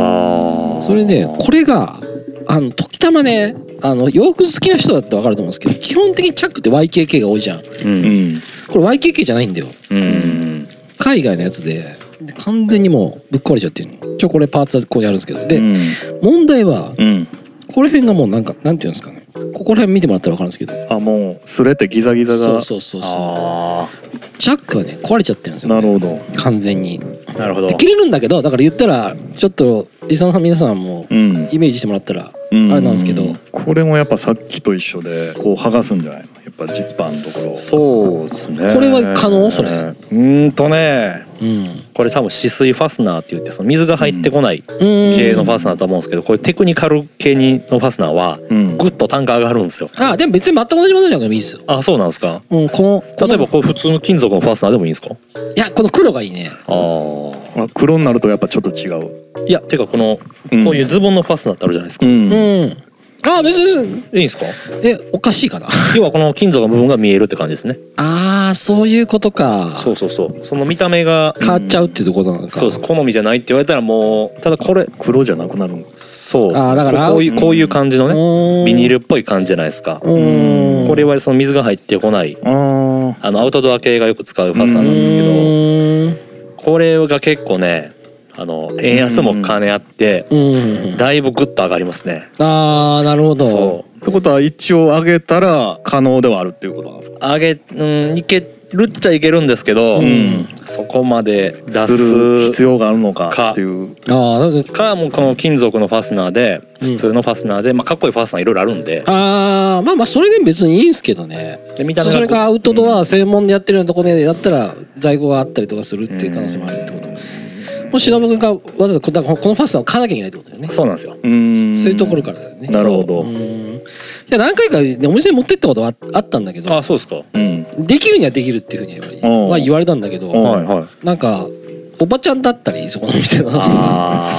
C: ああ。
A: それで、これが、あの、時たまね、あの、洋服好きな人だってわかると思うんですけど、基本的にチャックって YKK が多いじゃん。
C: う。
B: うんん
A: これ YKK じゃないんだよ。
C: うん。
A: 海外のやつで、で完全にもうぶっ壊れちゃってるの。ちょ、これパーツはこうやるんですけど。で、
B: うん
A: 問題は、
B: うん
A: これ辺がもうなんか、なんていうんですかね。ここら辺見てもらったらわかるんですけど。
B: あもうすれてギザギザ
A: そう
B: が
A: そうそうそ
C: あ
A: う。チャックがね、壊れちゃってるんですよ、
B: な
A: ね。
B: るほど
A: 完全に。
C: あ。なるほど
A: で、。切れるんだけど、だから言ったら、ちょっと、リサの皆さんも、
B: うん
A: イメージしてもらったら、あ
B: う
A: れなんですけど、
B: これもやっぱさっきと一緒でこう剥がすんじゃないのやっぱジッパーのところ
C: そうですね
A: これは可能それ
C: うーんとね
A: うん
C: これ多分止水ファスナーって言ってその水が入ってこない
A: うん
C: 系のファスナーだと思うんですけどこれテクニカル系にのファスナーは
B: うん
C: グッと単価上がるんですよ
A: あでも別に全く同じものじゃなくてもいいですよ、
C: あそうなんですか
A: うん、このこの
C: 例えばこう普通の金属のファスナーでもいいんですか
A: いやこの黒がいいね
C: ああ
B: あ黒になるとやっぱちょっと違う
C: いやてかこの
B: うん
C: こういうズボンのファスナーってあるじゃないですか、
A: うん、
B: ん
A: あ別に
C: いいんですか
A: えおかしいかな
C: 要はこの金属の部分が見えるって感じですね
A: あーそういうことか
C: そうそうそうその見た目が
A: 変わっちゃうっていうことなのか、
C: そうです好みじゃないって言われたらもうただこれ
B: 黒じゃなくなるんか
C: そうです
A: あーだから
C: こういうこういう感じのね
A: ね
C: ビニールっぽい感じじゃないですか
A: うん
C: これはその水が入ってこない
B: あー
C: あのアウトドア系がよく使うファスナーなんですけ
A: う
C: ど
A: ーん
C: これが結構ねあの円安も兼ね合って
A: うん
C: だいぶグッと上がりますね
A: ああなるほど
C: そう
B: ってことは一応上げたら可能ではあるっていうことなんですか
C: 上げうんいけるっちゃいけるんですけど、
B: ん
C: そこまです
B: る
C: 出
B: 必
C: す
B: 要があるのかっていう
A: ああなんか
C: かもうこの金属のファスナーで普通のファスナーで、まあ、かっこいいファスナーいろいろあるんで
A: あーまあまあそれで別にいいんすけどね
C: で見た目
A: そ
C: が
A: れがアウトドア専門でやってるようなとこでやったら在庫があったりとかするっていう可能性もあるってこともし忍君がわざわざこだからこのファスナーを買わなきゃいけないってことだよね
C: そうなんですよ
B: うん
A: そういうところからだよね
B: なるほど
A: うんいや何回かねお店に持ってったことはああったんだけど
C: あそうですか、
B: うん
A: できるにはできるっていうふうに言わ
B: う
A: れ
B: ん
A: は言われたんだけ
B: うん
A: ど
C: はいはい
A: なんかおばちゃんだったりそこのお店の
C: あ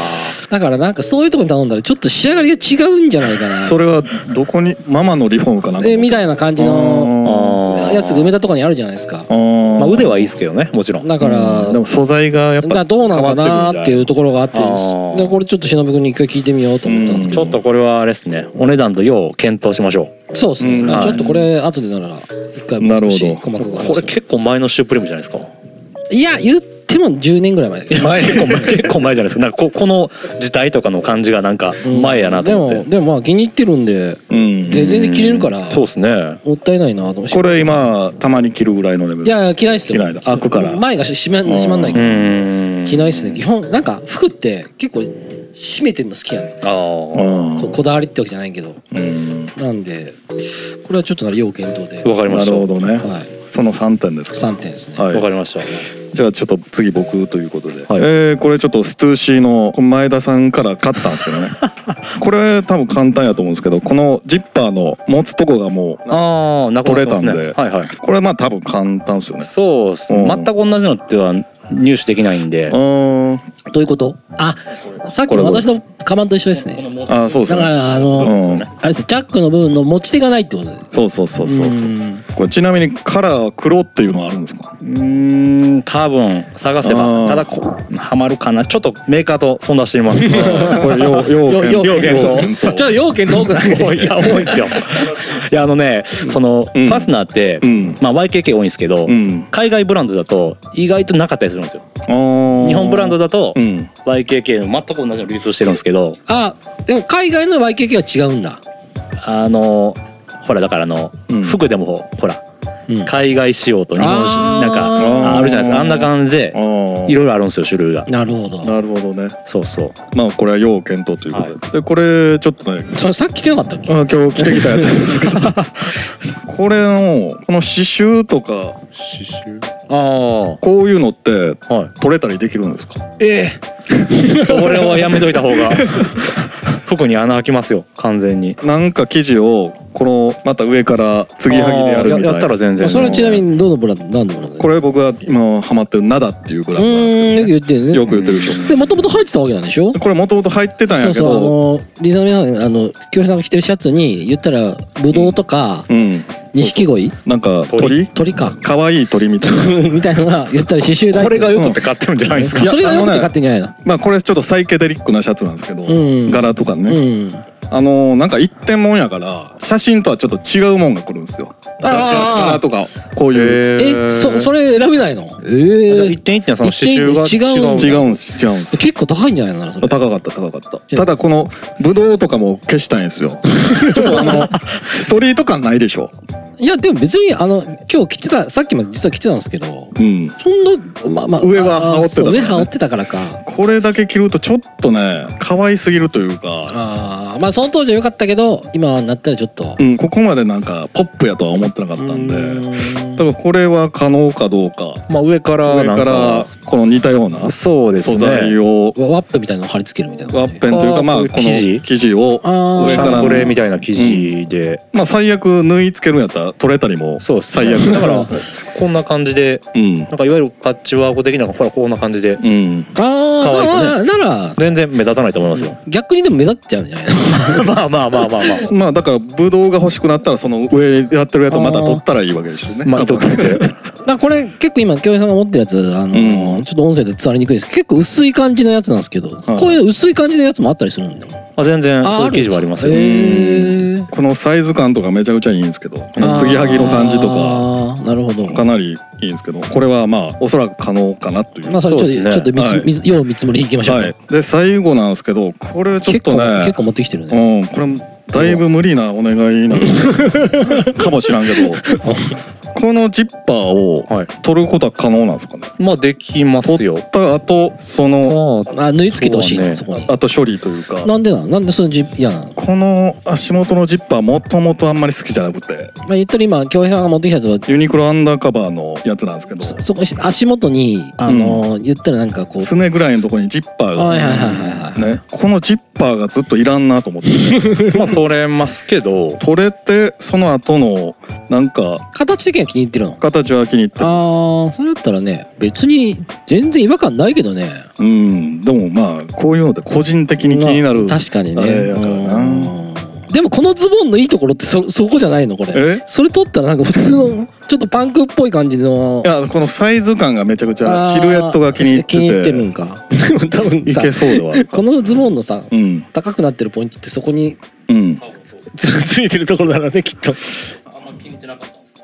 A: だからなんかそういうとこに頼んだらちょっと仕上がりが違うんじゃないかな
B: それはどこにママのリフォームかなんか
A: えみたいな感じの
C: あー
A: やつが梅田とかにあるじゃないですか
C: あ
B: あー
C: まあ腕はいいですけどねもちろん
A: だから、
B: でも素材がや
A: だ
B: っ
A: から
B: ぱ
A: どうなのかなーっていうところがあって
C: 変わってくるんじゃない
A: でこれちょっと忍君に一回聞いてみようと思ったんですけ
C: ち
A: ど、
C: ょっとこれはあれですねお値段とよう検討しましょう
A: そうですね、
B: うん
A: だから
C: はい
A: ちょっとこれ後でなら一回
B: なるほ
A: 細
B: ど
A: かく話
C: これ結構前のシュープリームじゃないですか
A: いや言っても10年ぐらい前だけど
C: 前 結構前結構前じゃないですかなんかここの時代とかの感じがなんか前やなと思って、
A: でもでもまあ気に入ってるんで
B: うん
A: 全然着れるから
C: そうですね
A: もったいないなと思って
B: これ今たまに着るぐらいのレベル
A: いやいや着ないっすよ
B: 着ないの開くから
A: 前が閉ま閉まんないか
C: う
A: ら
C: ーん
A: 着ないっすね基本なんか服って結構締めてるの好きやね
C: あ
B: う
C: あ
B: ん
A: ここだわりってわけじゃないけど
B: うん
A: なんでこれはちょっとなら要検討で
C: わかりま
B: な
C: した
B: るほ
C: わ
B: どね
A: はい
B: その3点ですか
A: 3点ですね
B: はい
C: かりました
B: じゃあちょっと次僕ということで、
C: はい
B: えーこれちょっとストゥーシーの前田さんから買ったんですけどねこれ多分簡単やと思うんですけどこのジッパーの持つとこがもう
C: ああなくなってますね
B: 取れたんで
C: はいはい
B: これまあ多分簡単ですよね
C: そうですね、
B: うん
C: 全く同じのっては入手できないんで
B: うーん
A: どういうことあさっきの私のカバンと一緒ですね
B: あーそうです
A: だか
B: ね
A: らあの、
B: うん
A: あれですジャックの部分の持ち手がないってことで
B: そうそうそうそうそう
A: うん
B: これちなみにカラー黒っていうのはあるんですか
C: うーん多分探せ
B: あー
C: ばただこハマるかなちょっとメーカーと相談しています
B: これ要要件
A: 要
C: 要件と
A: ちょっと要件と多くない
C: 多いいや多いですよいやあのねその、
B: うん
C: ファスナーって、
B: うん
C: まあ、YKK 多いんですけど、
B: うん
C: 海外ブランドだと意外となかったりするんですよ
B: 日
C: 日本ブランドだと、
B: うん
C: YKK の全く同じの流通してるんですけど
A: あでも海外の YKK は違うんだ、
C: あのほらだからあの、
B: うん
C: 服でもほら
A: うん、
C: 海外仕様と日本仕
A: あー
C: なんかあるじゃないですかあんな感じでい
B: い
C: ろいろあるんですよ種類が
A: なるほど
B: なるほどね
C: そうそう
B: まあこれは要検討ということで,、でこれちょっとね
A: それさっき来てなかったっけ
B: あ今日着てきたやつですけど これのこの刺繍とか
C: ああ
B: こういうのって
C: はい
B: 取れたりできるんですか
C: ええそれはやめといた方が服に穴開きますよ完全に
B: なんか生地をこのまた上から継ぎはぎでやるみたい
C: あーや
B: な
C: ったら全然
A: それはちなみにどのブランド何のブランド
B: これ僕が今ハマってるナダっていうブ
A: う
B: ランドなんです
A: ーんよく言ってる
B: けど、
A: ね
B: よく言ってるでしょ、
A: でもともと入ってたわけなんでしょ
B: これもともと入ってた
A: そ
B: んや
A: う
B: け
A: そうあ
B: ど
A: のリスナーの皆さんあの京平さんが着てるシャツに言ったらブドウとか
B: うん
A: 錦鯉
B: なんか鳥
A: 鳥か
B: かわいい鳥みたいな
A: みたいなのが言ったら刺繍だ
C: これがよくって買ってるんじゃないですか
B: いや
A: それがよくて
B: あのね
A: 買ってんじゃないの
B: まあこれちょっとサイケデリックなシャツなんですけど、
A: ん
B: 柄とかね、
A: うん
B: あのーなんか一点もんやから写真とはちょっと違うもんが来るんですよ柄
A: ああ
B: とかこういう
A: えそそれ選べないのえ
C: じゃあ
A: え
C: 一点一点その刺繍が
A: 一点一点違う
B: 違うんです違うんです
A: 結構高いんじゃないのかなそれ
B: 高かった高かったただこのブドウとかも消したいんですよ ちょっとあのストリート感ないでしょ
A: いやでも別にあの今日着てたさっきまで実は着てたんですけど
B: うん
A: そんなまあまあ
B: 上は
A: あー
B: 羽織ってたか
A: そ
B: らね
A: う上羽織ってたからか
B: これだけ着るとちょっとね可愛すぎるというか
A: ああまあその当時は良かったけど今はなったらちょっと
B: うん、ここまでなんかポップやとは思ってなかったん
A: う
B: で
A: ーん
B: 多分これは可能かどうか
C: まあ上からな
B: 上
C: ん
B: か
C: から
B: この似たような素
C: そうですね
B: 材を
A: ワワッペンみたいなの貼り付けるみたいな
B: ワ
A: 感じ
B: ッペンというかまあ
C: あ
B: こ
C: ー
B: の
C: 生地
B: 生地を
A: あー
B: 上
C: シ
B: か
C: ャ
B: ら
C: ン
B: の
C: プレーみたいな生地で、
B: まあ最悪縫い付けるんやったら取れたりも
C: そうですね
B: 最悪
C: だからこんな感じで
B: うん
C: なんかいわゆるパッチワーク的なほらこんな感じで
B: うん
A: あ
C: 可愛い子ね
A: あ、なら
C: 全然目立たないと思いますよ、
A: 逆にでも目立っちゃうんじゃないの
C: まあまあまあまあまあ
B: まあだからブドウが欲しくなったらその上やってるやつをまた取ったらいいわけですよね
C: まあ
B: 多
C: 糸
B: 分
C: 切って
A: まあこれ結構今京平さんが持ってるやつあのー、
B: うん
A: ちょっと音声で伝わりにくいですけど結構薄い感じのやつなんですけど、
B: い
A: こういう薄い感じのやつもあったりするんだ
C: あ全然そういう記事はありますよ、
A: へ
B: え
A: ー
B: このサイズ感とかめちゃくちゃいいんですけどこの継ぎはぎの感じとか
A: あーなるほど
B: かなりいいんですけどこれはまあおそらく可能かなという
A: まあそれちょっと,、
C: そうですね
A: ちょっと見つ、
B: はい
A: 見つよう見積もりいきましょう、
B: はいで最後なんですけどこれちょっ
A: 結
B: と
A: 構
B: ね
A: 結構持ってきてるね、
B: うんこれだいぶ無理なお願いなのかもしらんけ どこのジッパーを
C: はい
B: 取ることは可能なんですかね
C: まあできますよ
B: 取った後その
C: まあ
A: あ縫い付けてほしい
C: そう
A: ね
C: ね
A: そこに
B: 後処理というか
A: なんでなのなんでそのジップいやなの
B: この足元のジッパーもともとあんまり好きじゃなくて
A: まあ言ったら今京平さんが持ってきたやつは
B: ユニクロアンダーカバーのやつなんですけど
A: そそこ足元にあのー、言ったらなんかこう
B: すねぐらいのとこにジッパー
A: はいはいはい
B: が
A: はいはい
B: ねこのジッパーがずっといらんなと思って
C: 取れますけど
B: 取れてその後のなんか
A: 形的には気に入ってるの
B: 形は気に入ってま
A: ああそれだったらね別に全然違和感ないけどね
B: すうんでもまあこういうのって個人的に気になる
A: 確かにね
B: あれやからな
A: うんでもこのズボンのいいところってそそこじゃないのこれ
B: え
A: それ取ったらなんか普通の ちょっとパンクっぽい感じの
B: いやこのサイズ感がめちゃくちゃ
A: あー
B: シルエットが気に入ってて
A: 気に入ってるんか でも多分
B: い
A: さ
B: けそうではある
A: このズボンのさ
B: うん
A: 高くなってるポイントってそこに
B: うん
A: つついてるところだろうねきっと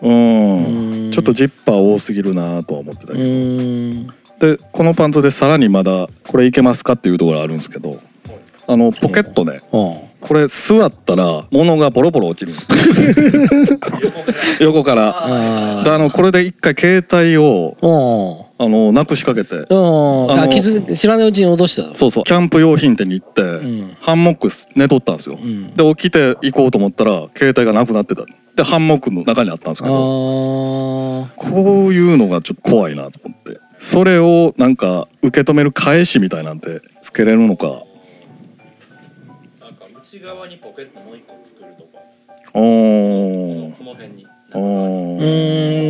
B: うん
A: うん
B: ちょっとジッパー多すぎるなとは思ってた
A: う
B: けど
A: ーん
B: でこのパンツでさらにまだこれいけますかっていうところあるんですけどあのポケットね
A: うん
B: これ座ったら物がボロボロ落ちるんです よ横から。
A: あ
B: であのこれで一回携帯を
A: ーうん
B: あのなくしかけて
A: うん
B: あ
A: あ
B: の
A: 気づ知らないうちに落とした
B: そうそうキャンプ用品店に行って、
A: ん
B: ハンモック寝とったんですよ、
A: ん
B: で起きて行こうと思ったら携帯がなくなってたでハンモックの中にあったんですけ
A: あ
B: ど
A: ー
B: こういうのがちょっと怖いなと思ってそれをなんか受け止める返しみたいなんてつけれるのか
C: なんか内側にポケットもう一個作るとか
B: おー
C: この辺に
B: お
A: う
B: ー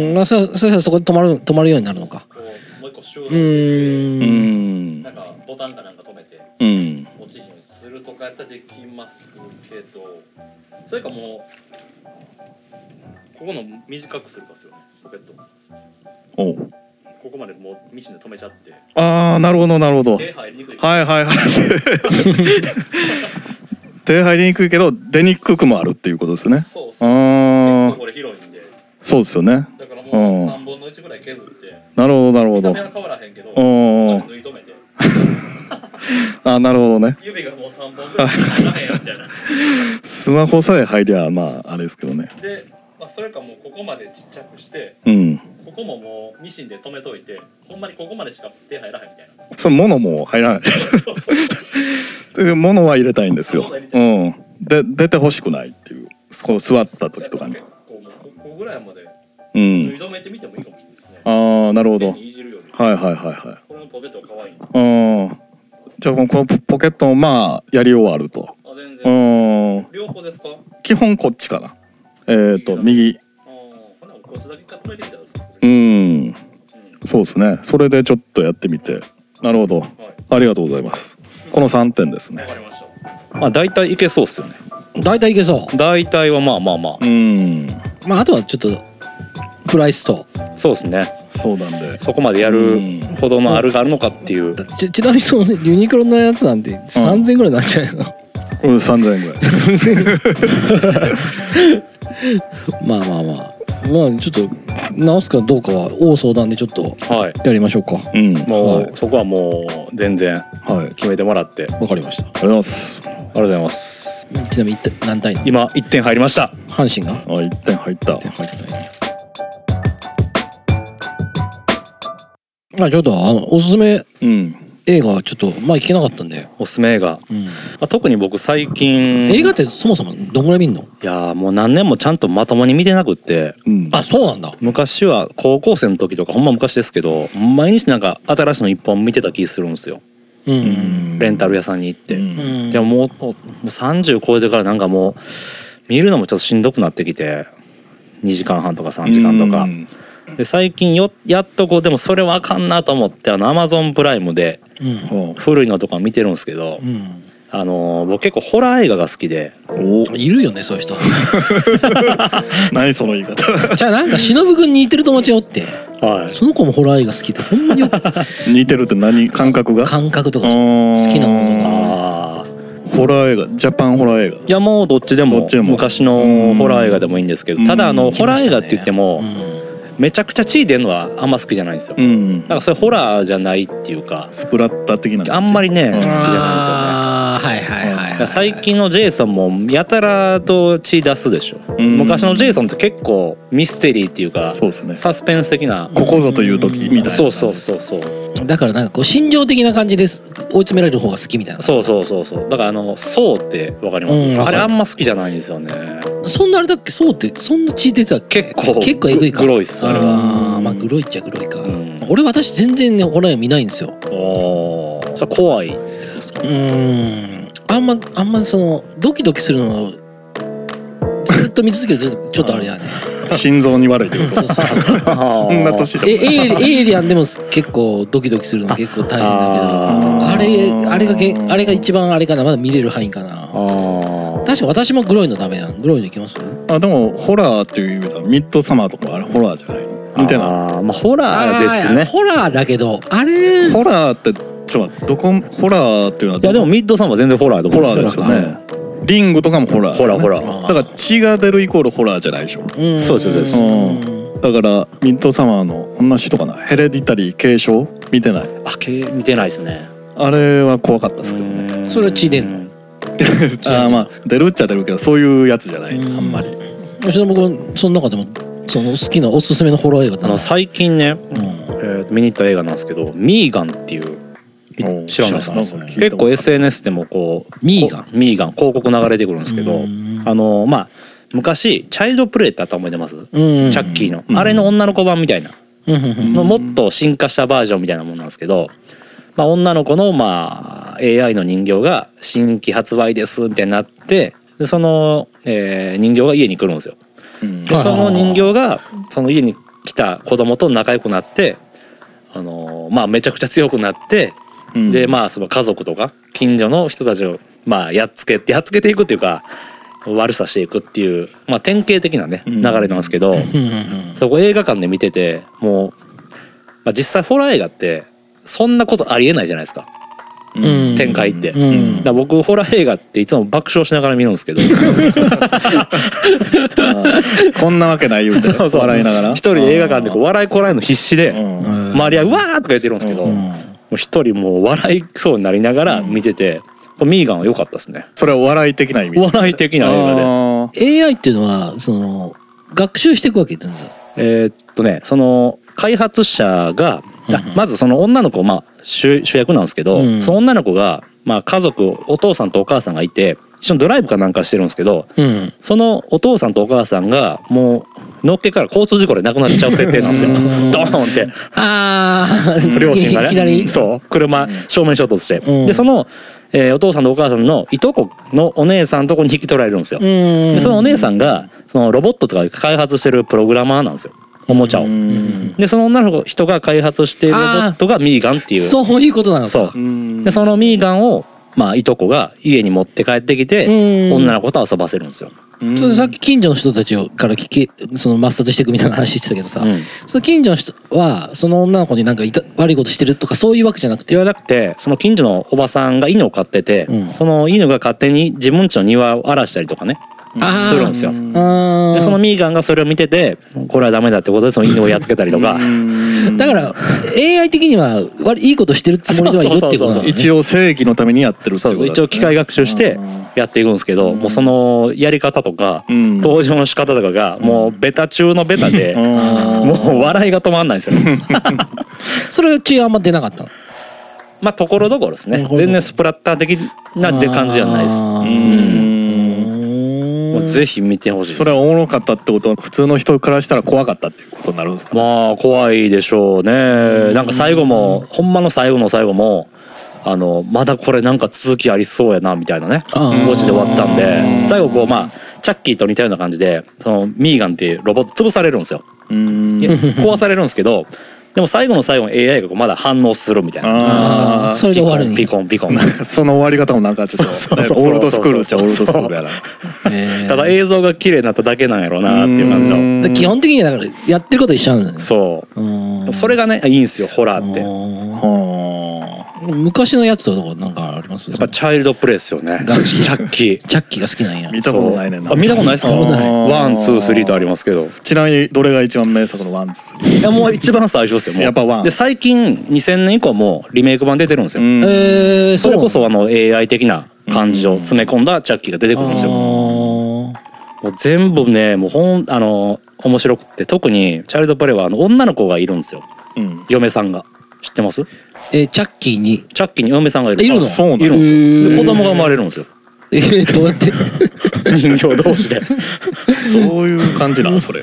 A: ーん、まあ、そそしたらそこで止まる止まるようになるのか。
C: こうもう一個収
A: うー。
B: うんん
C: んかボタンかなんか止めて
B: うん
C: 落ちるようにするとかやったらできますけどそれかもうここの短くするかっすよねポケット
B: おう
C: ここまでもうミシンで止めちゃって
B: ああなるほどなるほど
C: 手入りにくい
B: はいはいはい 手入りにくいけど出にくくもあるっていうことですね
C: そうそう
B: あ
C: 結構
B: あ
C: これ広いんで
B: そうですよね
C: だからもう
B: うん
C: 3分の1ぐらい削って
B: なるほどなるほ
C: 見た
B: ど
C: 目は変わらへんけど
B: おー
C: 縫い留めて
B: あなるほどね
C: 指がもう3本ぐらい長へんやみたいな
B: スマホさえ入りゃまああれですけどね
C: で、まあ、それかもうここまでちっちゃくして
B: うん
C: ここももうミシンで止めといてほんまにここまでしか手入らへんみたいな
B: それ物も入らないで物は入れたいんですよ
C: 物は入れ
B: う
C: た
B: んで出てほしくないっていうこう座った時とかに
C: 結構もうここぐらいまで
B: う
C: 縫い
B: ん
C: 止めてみてもいいかもしれないですね、
B: ああなるほ
C: 手
B: どはい
C: にいじるようにこ
B: はいはいは
C: れのポケットが可愛いんであ
B: いうんじゃあこのこのポポケットもまあやり終わると
C: 全
B: う
C: 然
B: ん
C: 両方ですかあ
B: 基本こっちかなえっ、ー、と右
C: あほなこっちだけか止めてみたらどうですか
B: うん
C: うん
B: そうですねそれでちょっとやってみてなるほど
C: はい
B: ありがとうございますこの3点ですね
C: わかりましたまあ大体いけそうっすよね
A: 大体いけそ
C: 大体はまあまあまあ
B: うん
A: う。まあ、あとはちょっと。プライスと。
C: そうですね
B: そうなんで
C: そこまでやるほどのあるがあるのかっていう
A: だちちなみにそのユニクロのやつなんて3000ぐらいなんじゃないの、
B: これ3000円ぐらい
A: まあまあまあ。まあちょっと直すかどうかは大相談でちょっと
C: はい
A: やりましょうか。
B: うんはい
C: も
A: はいう
C: そこはもう全然
B: ありがとう
C: 決めてもらってあり
A: わかりました。
B: ございます
C: がとうございます
A: ちなみに一体何対なの
C: 今1点入りました
A: 阪神が
B: あ1点入った
A: 入ってないね。まあちょっとあのおすすめ
B: うん
A: 映画はちょっとまあ行けなかったんで、
C: おすすめ映画、
A: うん
C: まあ、特に僕最近
A: 映画ってそもそもどんぐらい見んの
C: いやーもう何年もちゃんとまともに見てなくって
B: うん
A: あそうなんだ
C: 昔は高校生の時とかほんま昔ですけど毎日なんか新しいの一本見てた気するんですよ
A: う
B: うんん
C: レンタル屋さんに行って、
B: うん
A: うん
C: でももうもう30超えてからなんかもう見るのもちょっとしんどくなってきて2時間半とか3時間とか、
B: うん
C: で最近よやっとこうでもそれはあかんなと思ってあのアマゾンプライムで
A: うん
B: ほ
C: 古いのとか見てるんですけど、
A: うん
C: あのー僕結構ホラー映画が好きで
B: うお
A: いるよねそういう人
B: 何その言い方
A: じゃあなんか忍君に似てる友達おって
C: はい
A: その子もホラー映画好きでほんまによ く
B: 似てるって何感覚が
A: 感覚とか好
B: 好
A: きなものが
C: ああ
B: ホラー映画ジャパンホラー映画
C: いやもうどっちでも
B: どっちでも
C: 昔のホラー映画でもいいんですけど
B: うん
C: ただあの
B: うん
C: ホラー映画って言って
A: う
C: も
A: ん
C: めちゃくちゃ血出るのはあんま好きじゃないんですよだ
B: うん
C: からそれホラーじゃないっていうか
B: スプラッター的な
C: あんまりね
B: うん
C: 好きじゃ
A: あーはいはいはい
C: ないんですよ
A: は
C: ねだから
A: い
C: 最近のジェイソンもやたらと血出すでしょ
B: うん
C: 昔のジェイソンって結構ミステリーっていうか
B: そうですね
C: サスペンス的な
B: ここぞという時みたいな
C: そうそうそうそう
A: だからなんかこう心情的な感じです追い詰められる方が好きみたいな
C: そうそうそうそうだからあの「そう」ってわかります、
A: うんわ
C: あ
A: か
C: れ
A: る
C: あんま好きじゃないんですよね
A: そんなあれだっけそうってそんな血出てたっけ
C: 結構
A: 結構えぐいか
C: グロいっすあれは
A: あーまあグロいっちゃグロいか、
C: うん
A: 俺私全然ねホラー見ないんですよ
C: おーそれ怖いってことですか
A: うーんあんまあんまそのドキドキするのをずっと見続けるとちょっとあれやね
B: 心臓に悪いってこと
A: そう そう
B: そんな年
A: え
B: でも
A: エイリエイリアンでも結構ドキドキするの結構大変だけど
C: あ
A: あ
C: ー
A: れあれがげあれが一番あれかなまだ見れる範囲かな
C: あ
A: 確か私もグロいのダメなのグロいのいきます
B: あでもホラーっていう意味ではミッドサマーとかもあれホラーじゃないのみたいな
C: あーまあホラーです
A: あー
C: ね
A: ホラーだけどあれ
B: ホラーってちょっと待ってどこホラーっていうのはい
C: やでもミッドさんは全然ホラーだと
B: ホ
C: 思
B: ラ
C: うん
B: ー
C: で
B: ですす
C: よ
B: よねリングとかもホラーですよね
C: ホラー
A: ホラー
B: だから血が出るイコールホラーじゃないでしょ
A: うん
C: そうですそうです
A: うん
B: だからミッドサマーの女人とかなヘレディタリー継承見てない
C: あけ見てないですね
B: あれは怖かったですけどね
C: うん
A: それは血出ん
B: あーまあ出るっちゃ出るけどそういうやつじゃない
A: うん
B: あんまり
A: 吉田僕その中でもその好きなおすすめのホラー映画って
C: あの最近ね、え
A: うん
C: ー見に行った映画なんですけど「ミーガン」っていう
B: お
C: 知らないですか
B: 知らない
C: 結構 SNS でもこう
A: ミーガン
C: こミーガン広告流れてくるんですけど
A: うん
C: あのまあ昔チャイルドプレイってあったの覚えてます
A: うん
C: チャッキーの、
B: うん
C: あれの女の子版みたいな
A: うんうんうん
C: のもっと進化したバージョンみたいなもんなんですけど、まあ、女の子のまあ AI の人形が新規発売ですみたいになってでその、えー人形が家に来るんですよ。
B: うん
C: で
A: はい
C: その人形がその家に来た子供と仲良くなって、あのーまあ、めちゃくちゃ強くなって
B: うん
C: でまあその家族とか近所の人たちをまあやっつけてやっつけていくっていうか悪さしていくっていう、まあ、典型的なね
B: う
C: 流れ
B: ん
C: なんで すけど。
A: うんうんうん
C: そこ映画館で見ててもう、まあ、実際ホラー映画ってそんなことありえないじゃないですか
B: うん
A: うん
C: 展開って。
A: う
C: だか
A: ん
C: ら僕ホラー映画っていつも爆笑しながら見るんですけど
B: あーこんなわけない言う て
C: そうそう
B: 笑いながら
C: 一人で映画館でこう笑いこらえるの必死
B: う
C: で
B: ん
A: う
B: うん
A: ん
C: 周りは「うわ!」とか言ってるんですけど
B: う
C: もう一人もう笑いそうになりながら見てて、これミーガンは良かったですね
B: それは笑い的な意味
C: お笑い的な映画で。
B: あ
A: AI っていうのはその学習していくわけですよ
C: えーっとねその開発者が、あまずその女の子、まあ、主主役なんですけど、
A: うん
C: その女の子が、まあ、家族お父さんとお母さんがいて一緒にドライブかなんかしてるんですけど
A: うん
C: そのお父さんとお母さんがもうのっけから交通事故で亡くなっちゃう設定なんですよ ドーンって
A: ああ
C: 両親が
A: いきな
C: ね
A: り
C: そう車正面衝突して、
A: うん
C: でその、えーお父さんとお母さんのいとこのお姉さんのとこに引き取られるんですよ、
A: うん
C: でそのお姉さんがそのロボットとか開発してるプログラマーなんですよおもちゃを。でその女の子人が開発しているロボットがミーガンっていう。
A: そういうことなのか
C: そう
B: ーうん
C: でそのミーガンをまあいとこが家に持って帰ってきて
A: うん
C: 女の子と遊ばせるんですよ。
A: ちょっとさっき近所の人たちをから聞きその抹殺していくみたいな話してたけどさ、
C: うん
A: その近所の人はその女の子になんかいた悪いことしてるとかそういうわけじゃなくて
C: ではなくてその近所のおばさんが犬を飼ってて、
A: うん
C: その犬が勝手に自分家の庭を荒らしたりとかね
A: あー
C: するんですよ。
A: あー
C: でそのミーガンがそれを見ててこれはダメだってことでその犬をやっつけたりとか。
A: だから AI 的には悪いいことしてるつもりではいるってことなのね
B: 一応正義のためにやってるって
C: そう
B: こと
C: そう一応機械学習してやっていくんですけど、もうそのやり方とか、
B: うん
C: 登場の仕方とかがもうベタ中のベタで、
B: うん
C: もう笑いが止まんないんですよ。
A: それが血あんま出なかったの
C: まあところどころです
A: な
C: ね
A: るほど
C: 全然スプラッター的なって感じじゃないです
A: あ
B: う
A: ー
B: ん
C: もうぜひ見てほしい
B: それはおもろかったってことは普通の人からしたら怖かったっていうことになるんですかね
C: まあ怖いでしょうねなんか最後もほんまの最後の最後もあのまだこれなんか続きありそうやなみたいなね
A: あー
C: オチで終わったん
B: う
C: で
B: ん
C: 最後こうまあチャッキーと似たような感じでそのミーガンっていうロボット潰されるんですよ
B: うん
C: いや壊されるんですけどでも最後の最後に AI がこうまだ反応するみたいな
A: あー
B: ああ
A: それで終わる
C: ピ
A: に
C: コンピコン ピコン
B: その終わり方もなんかちょっ
C: そ
B: と
C: うそうそう
B: オールドスクールっちゃオールドスクールやな
C: ただ映像が綺麗になっただけなんやろうなっていう感じの
B: うん
A: 基本的にはだからやってること一緒なんだよね
C: そう
A: うーん
C: それがねいいんですよホラーって
A: うー
C: や
A: ん
B: はあ
A: 昔のやつとかなんかありますや
C: っぱチャイルドプレイですよね
A: ガチ
C: チャッキー
A: チャッキーが好きなんや
B: 見たことないねん
C: そうあ見たことないですか
A: 見たことない
C: ワンツースリーとありますけど
B: ちなみにどれが一番名作のワンツー
C: いやもう一番最初ですよもう
B: やっぱワン
C: で最近2000年以降もリメイク版出てるんですよ、
A: えー
C: それこそあの AI 的な感じを詰め込んだチャッキーが出てくるんですよ、
A: よ
C: もう全部ねもうほんあの面白くって特にチャイルドプレイはあの女の子がいるんですよ
B: うん
C: 嫁さんが知ってます
A: えーチャッキーに
C: チャッキーに嫁さんがいる
A: いるの
C: あ
B: そうなん
C: いるんです
A: へ
C: よ
A: ー
C: で子供が生まれるんですよ
A: えーどうやって
C: 人形同士で
B: どういう感じなんそれ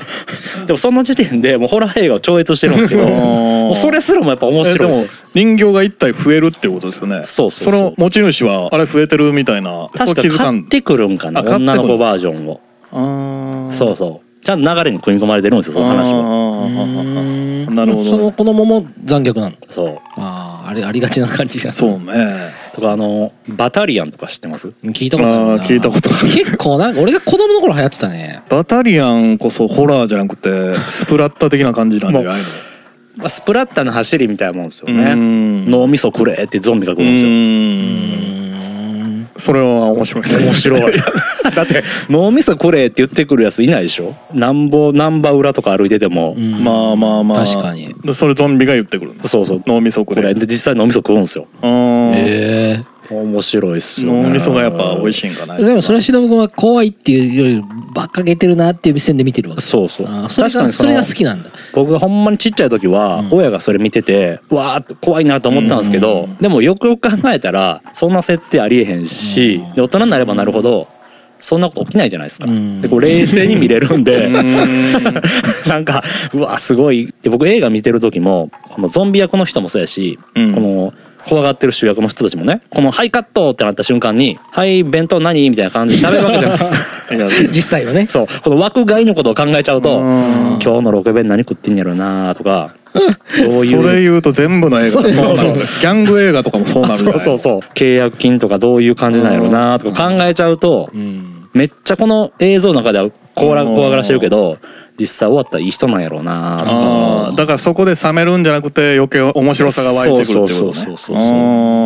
C: でもその時点でもうホラー映画を超越してるんですけど
B: あー
C: もうそれすらもやっぱ面
B: えで
C: 白いんです
B: も
C: よ
B: 人形が一体増えるっていうことですよね
C: そうそうそう
B: の持ち主はあれ増えてるみたいなそう
C: 確
B: 気づ
C: か
B: か
C: 買っ
B: ん
C: てくるんかな
B: あ買ってくる
C: 女の子バージョンを
B: ああ
C: そうそうちゃんと流れに組み込まれてるんですよその話も
B: も
A: な
B: なるほど
A: その子供も残虐なの
C: そう
A: あああれありがちな感じが
B: そうね
C: とかあのバタリアンとか知ってます
A: 聞いたことあるな
B: あー聞いたことある
A: 結構なんか俺が子供の頃流行ってたね
B: バタリアンこそホラーじゃなくてスプラッタ的な感じなんじゃないの
C: まあスプラッタの走りみたいなもんですよ
B: う
C: ね
B: ん
C: 脳みそくれってゾンビが来
B: う
C: るんですよ
B: んそれは面白いですね
C: 面 白いだって 脳みそくれって言ってくるやついないでしょなんぼなんば裏とか歩いてても、
B: まあまあまあ
A: 確かに
B: でそれゾンビが言ってくるんです
C: そうそう
B: 脳みそく
C: これ
B: れ
C: で実際脳みそ食うんですよ
B: うん
A: え
C: 面白いっすよ、ね、
B: 脳みそがやっぱ美味しいんかな
A: えでもそれは忍君は怖いっていうよりバカげてるなっていう目線で見てるわけ
C: そうそう
A: あーそれ
C: 確か
A: が
C: にそ
A: そ
C: の
A: れが好きなんだ
C: 僕がほんまにちっちゃい時は、親がそれ見ててうわーって怖いなと思ったんですけど、でもよくよく考えたらそんな設定ありえへんし、で大人になればなるほどそんなこと起きないじゃないですか、
A: うん
C: でこう冷静に見れるんで、
B: うん
C: なんかうわすごいで僕映画見てる時もこのゾンビ役の人もそうやし、
B: うん
C: この怖がってる主役の人たちもねこの「はいカット!」ってなった瞬間に「はい弁当何?」みたいな感じで喋るわけじゃ ないですか
B: いや
A: 実際はね
C: そうこの枠外のことを考えちゃうと「
B: うん
C: 今日のロケ弁何食ってんやろな」とかどうい
B: そ
C: う。
B: れ言うと全部の映画がそうなるギャング映画とかもそうなるじ
C: そ
B: ゃないう
C: そうそう契約金とかどういう感じなんやろなとか考えちゃうと、
A: うん
C: めっちゃこの映像の中では怖ら怖がらしてるけど実際終わったらいい人なんやろうなとか
B: あーだからそこで冷めるんじゃなくて余計面白さが湧いてくるって
C: そ
B: こ
C: う
B: と
C: そ
B: ね
C: うそうそうそう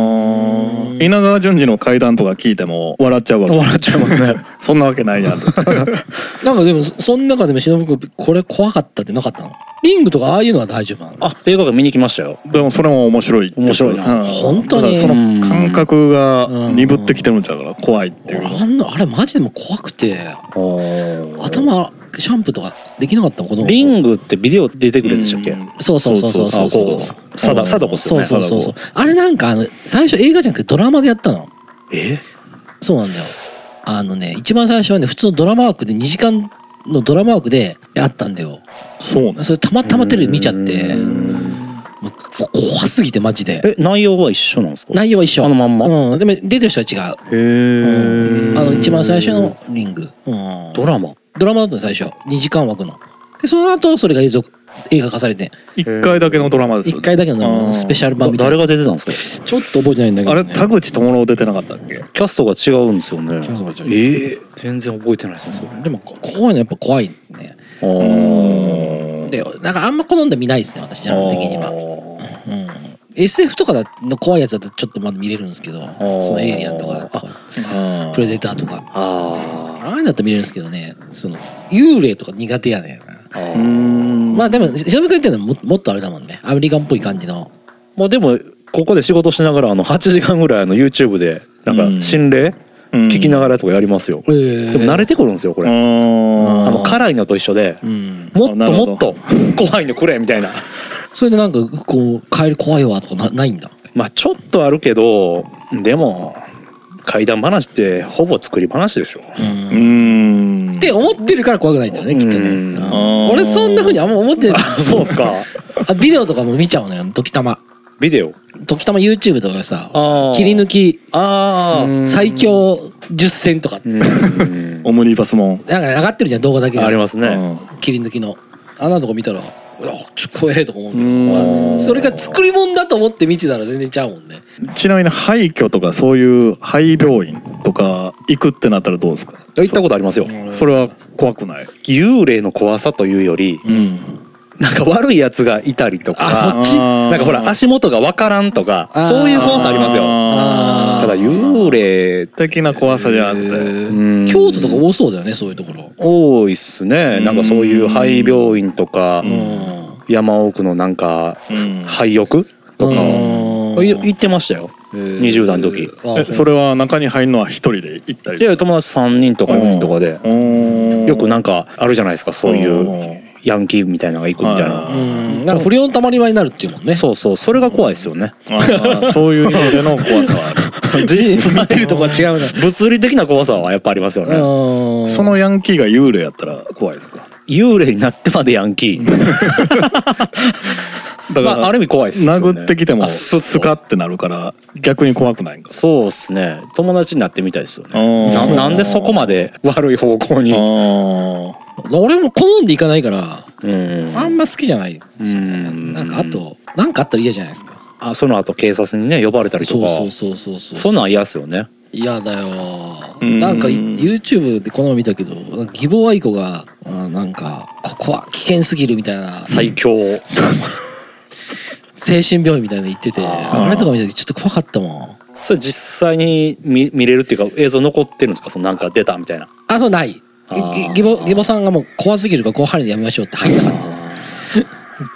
B: あー稲川淳二の怪談とか聞いても笑っちゃうわ
C: 笑っちゃいますね
B: そんなわけないやん
A: なんかでもそその中でも忍君これ怖かったってなかったのリングとかああいうのは大丈夫なの
C: あ映画館見に来ましたよ
B: でもそれも面白いってこと
C: 面白いな
B: うん
A: 本当に
B: だからその感覚が鈍ってきてるんちゃうから怖いっていう
A: あんなあれマジでもう怖くて頭シャンプーとかできなかったもん子供の頃
C: リングってビデオ出てくるやつでしたっけ、
B: うん
A: そうそうそうそうそう
C: そうそうそうサダサダコっすよね
A: そうそうそ
C: サ
A: うそうあれなんかあの最初映画じゃなくてドラマでやったの
C: え
A: そうなんだよあのね一番最初はね普通のドラマ枠で2時間のドラマ枠でやったんだよ
B: そうね
A: それたまたまテレビ見ちゃってもう怖すぎてマジで
C: え内容は一緒なんですか
A: 内容は一緒
C: あのまんま
A: うん、でも出てる人は
C: へ
A: 違う、うん、あの一番最初のリング、うん、
C: ドラマ
A: ドラマだったの最初2時間枠のでその後それが映像映画化されて
B: 一回だけのドラマですよ
A: 1
B: ね
A: 回だけのドラマ
B: あー
A: スペシャル
C: だ
A: 版みたい
C: 誰
A: な
C: が出てたんですか
A: ちょっと覚えてないんだけ
B: あ
A: ど、ね、
B: れ田口智朗出てなかったっけ
C: キャストが違うんですよね
A: ャストが違う
C: えー全然覚えてないですねそれ
A: でもここういうのやっぱ怖いね
C: あー
A: でなんかあんま好んで見ないですね私ジャンル的には、うん、SF とかだの怖いやつだとちょっとまだ見れるんですけどそのエイリアンとかとか
B: あ
A: プレデターとか
C: あ
A: あ
C: ー
A: あいうのだったら見れるんですけどねその幽霊とか苦手やねんな
C: あ
B: うー
C: ー
B: ん
A: まあでも忍君っていうのはももっとあれだもんねアメリカンっぽい感じの
C: まあでもここで仕事しながらあの8時間ぐらいあの YouTube でなんか心霊
B: うん
C: 聞きながらとかやりますよ、
A: え
C: でも慣れてくるんですよこ
B: う
C: れ、
B: ーん
C: あの辛いのと一緒で、
A: うん、
C: もっ
B: な
C: と
B: るほど
C: もっと怖いのくれみたいな
A: それでなんかこう「帰り怖いわ」とかなないんだ
C: まあちょっとあるけどでも怪談話ってほぼ作り話でしょ
B: うーん
A: って思ってるから怖くないんだよねきっとね、
C: うん
A: うん
B: あー
A: 俺そんなふうにあんま思ってない
C: そうっすか
A: あビデオとかも見ちゃうのよ時たま
C: ビデオ
A: 時たま YouTube とかでさ
C: あー
A: 切り抜き
C: ああ
A: 最強10選とか、なん
B: オムニバスもん
A: か上がってるじゃん動画だけが
C: ありますね、
A: 切り抜きのあんなとこ見たらいやちょっと怖えとか思うけ
B: う
A: ど、
B: ん
A: まあそれが作り物だと思って見てたら全然ちゃうもんね
B: ちなみに廃墟とかそういう廃病院とか行くってなったらどうですか
C: 行ったことありますよ、
A: うん
B: それは怖くない
C: 幽霊の怖さというより
A: うん
C: なんか悪いやつがいたりと
A: あ
C: か
A: そっち
C: なんかほら足元がわからんとか
A: あー
C: そういう怖さありますよ
A: あー
C: ただ幽霊
B: 的な怖さじゃな
A: へ
B: くて
A: ー
C: うん
A: 京都とか多そうだよねそういうところ
C: 多いっすねなんかそういう廃病院とか
A: うん
C: 山奥のなんか
B: うん
C: 廃屋とか
A: うん
C: い行ってましたよ20代の時
B: えそれは中に入るのは一人で行ったり
C: いや友達3人とか4人とかでよ
B: よ
C: くなんかあるじゃないですかそういう
B: う
C: ヤンキーみたいなのが行くみたい
A: あ
C: な
A: うんなんか不良のたまり場になるっていうもんね
C: そうそうそれが怖いですよね
B: あーそういう意味での怖さはある 実
A: 見てるとこは違う な
C: 物理的な怖さはやっぱありますよね
A: うん
B: そのヤンキーが幽霊やったら怖いですか
C: 幽霊になってまでヤンキ ー
B: だ
C: まあある意味怖いっすよね
B: 殴ってきても
C: あスッと
B: スカってなるから逆に怖くないんか
C: そうっすね友達になってみたいですよねな
B: な
C: なんでそこまで悪い方向に
A: 俺も好んでいかないから
C: うん
A: あんま好きじゃないんですよね
C: うん
A: なんかあとなんかあったら嫌じゃないですか
C: あその後警察にね呼ばれたり
A: そ
C: と
A: う
C: か
A: そうそうそうそう
C: そんなん嫌っすよね
A: 嫌だよ
B: うん
A: なんか YouTube でこの前見たけどなんか義母愛子があなんかここは危険すぎるみたいな
C: 最強
A: 精神病院みたいなの行ってて
C: あ
B: ー
A: あれとか見た時ちょっと怖かったもん
C: それ実際に見見れるっていうか映像残ってるんですかそのなんか出たみたいな
A: あとない
C: あー
A: 義母義母さんがもう怖すぎるからこう針でやめましょうって入んなかったの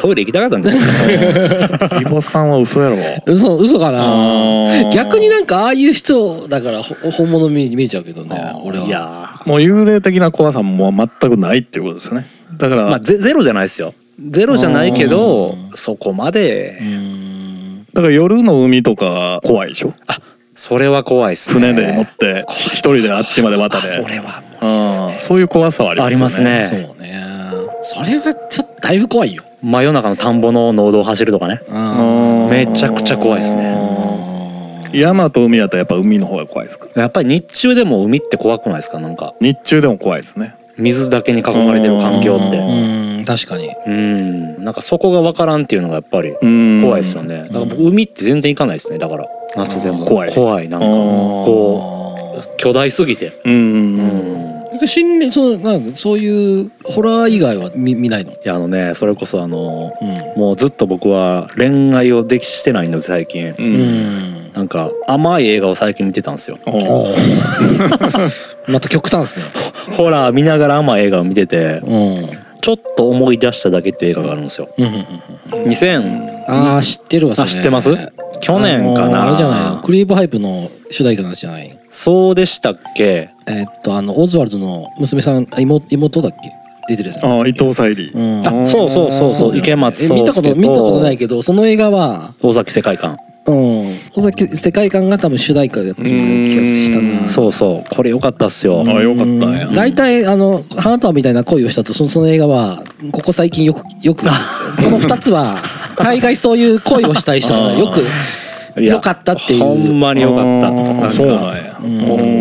C: トイレ行きたかったんですよ
B: イボさんは嘘やろ
A: 嘘嘘かな
B: あー
A: 逆になんかああいう人だからほ本物に見えちゃうけどね 俺はい
C: や
B: もう幽霊的な怖さも全くないっていうことですよねだから、
C: ーまあゼゼロじゃないですよゼロじゃないけどそこまで、
A: うーん
B: だから夜の海とか怖いでしょ
C: それは怖いっすね
B: 船で乗って一人であっちまで渡
C: あ
B: で
C: それはもう
B: うんそういう怖さはありますよね
C: あります
A: そう
C: ね
A: ねそれはちょっとだいぶ怖いよ
C: 真夜中の田んぼの農道を走るとかね
A: あ
C: めちゃくちゃ怖いです
B: ね山と海やったらやっぱ海の方が怖いですか
C: やっぱり日中でも海って怖くないですかなんか
B: 日中でも怖いですね
C: 水だけに囲まれてる環境って
A: ーうん確かに
C: うんなんかそこが分からんっていうのがやっぱり
B: うん
C: 怖いですよねだから僕海って全然行かないですねだから夏でも
B: 怖い
C: 怖いなんか
B: あー
C: こ
A: あ
C: う巨大すぎて
B: うん
C: う
B: うん
C: ん
A: あ心霊そのなんかそういうホラー以外は見見ないの
C: いやあのねそれこそあの
A: う
C: もうずっと僕は恋愛をできしてないので最近
B: うん
A: んうん
C: なんか甘い映画を最近見てたんですよ
B: おー
A: また極端ですね
C: ホラー見ながら甘い映画を見てて
A: うん
C: ちょっと思い出しただけっていう映画があるんですよ
A: うんうんうん
C: 2000
A: ああ知ってるわそ
C: あ
A: れ
C: 知ってます去年か
A: あのー
C: な
A: あれじゃないのクリープハイプの主題歌のやつじゃない
C: そうでしたっけ
A: えーっとあのオズワルドの娘さんあ妹妹だっけ出てるやつ
B: あー伊藤沙莉
A: うん
C: あそうそうそうそう池松
A: え
C: 壮
A: 見たこ
C: 亮
A: と見たことないけどその映画は
C: 尾崎世界観
A: うん尾崎世界観が多分主題歌やってる気がした
B: うん
A: な
C: そうそうこれ良かったっすよ
B: あーよかったんや
A: 大体あの花束みたいな恋をしたとそのその映画はここ最近よくよくこ の2つは大概そういう恋をしたい人がよく
C: いや
A: よかったっていう
C: ほんまに良かったなん
B: あー
C: か
B: そうなんや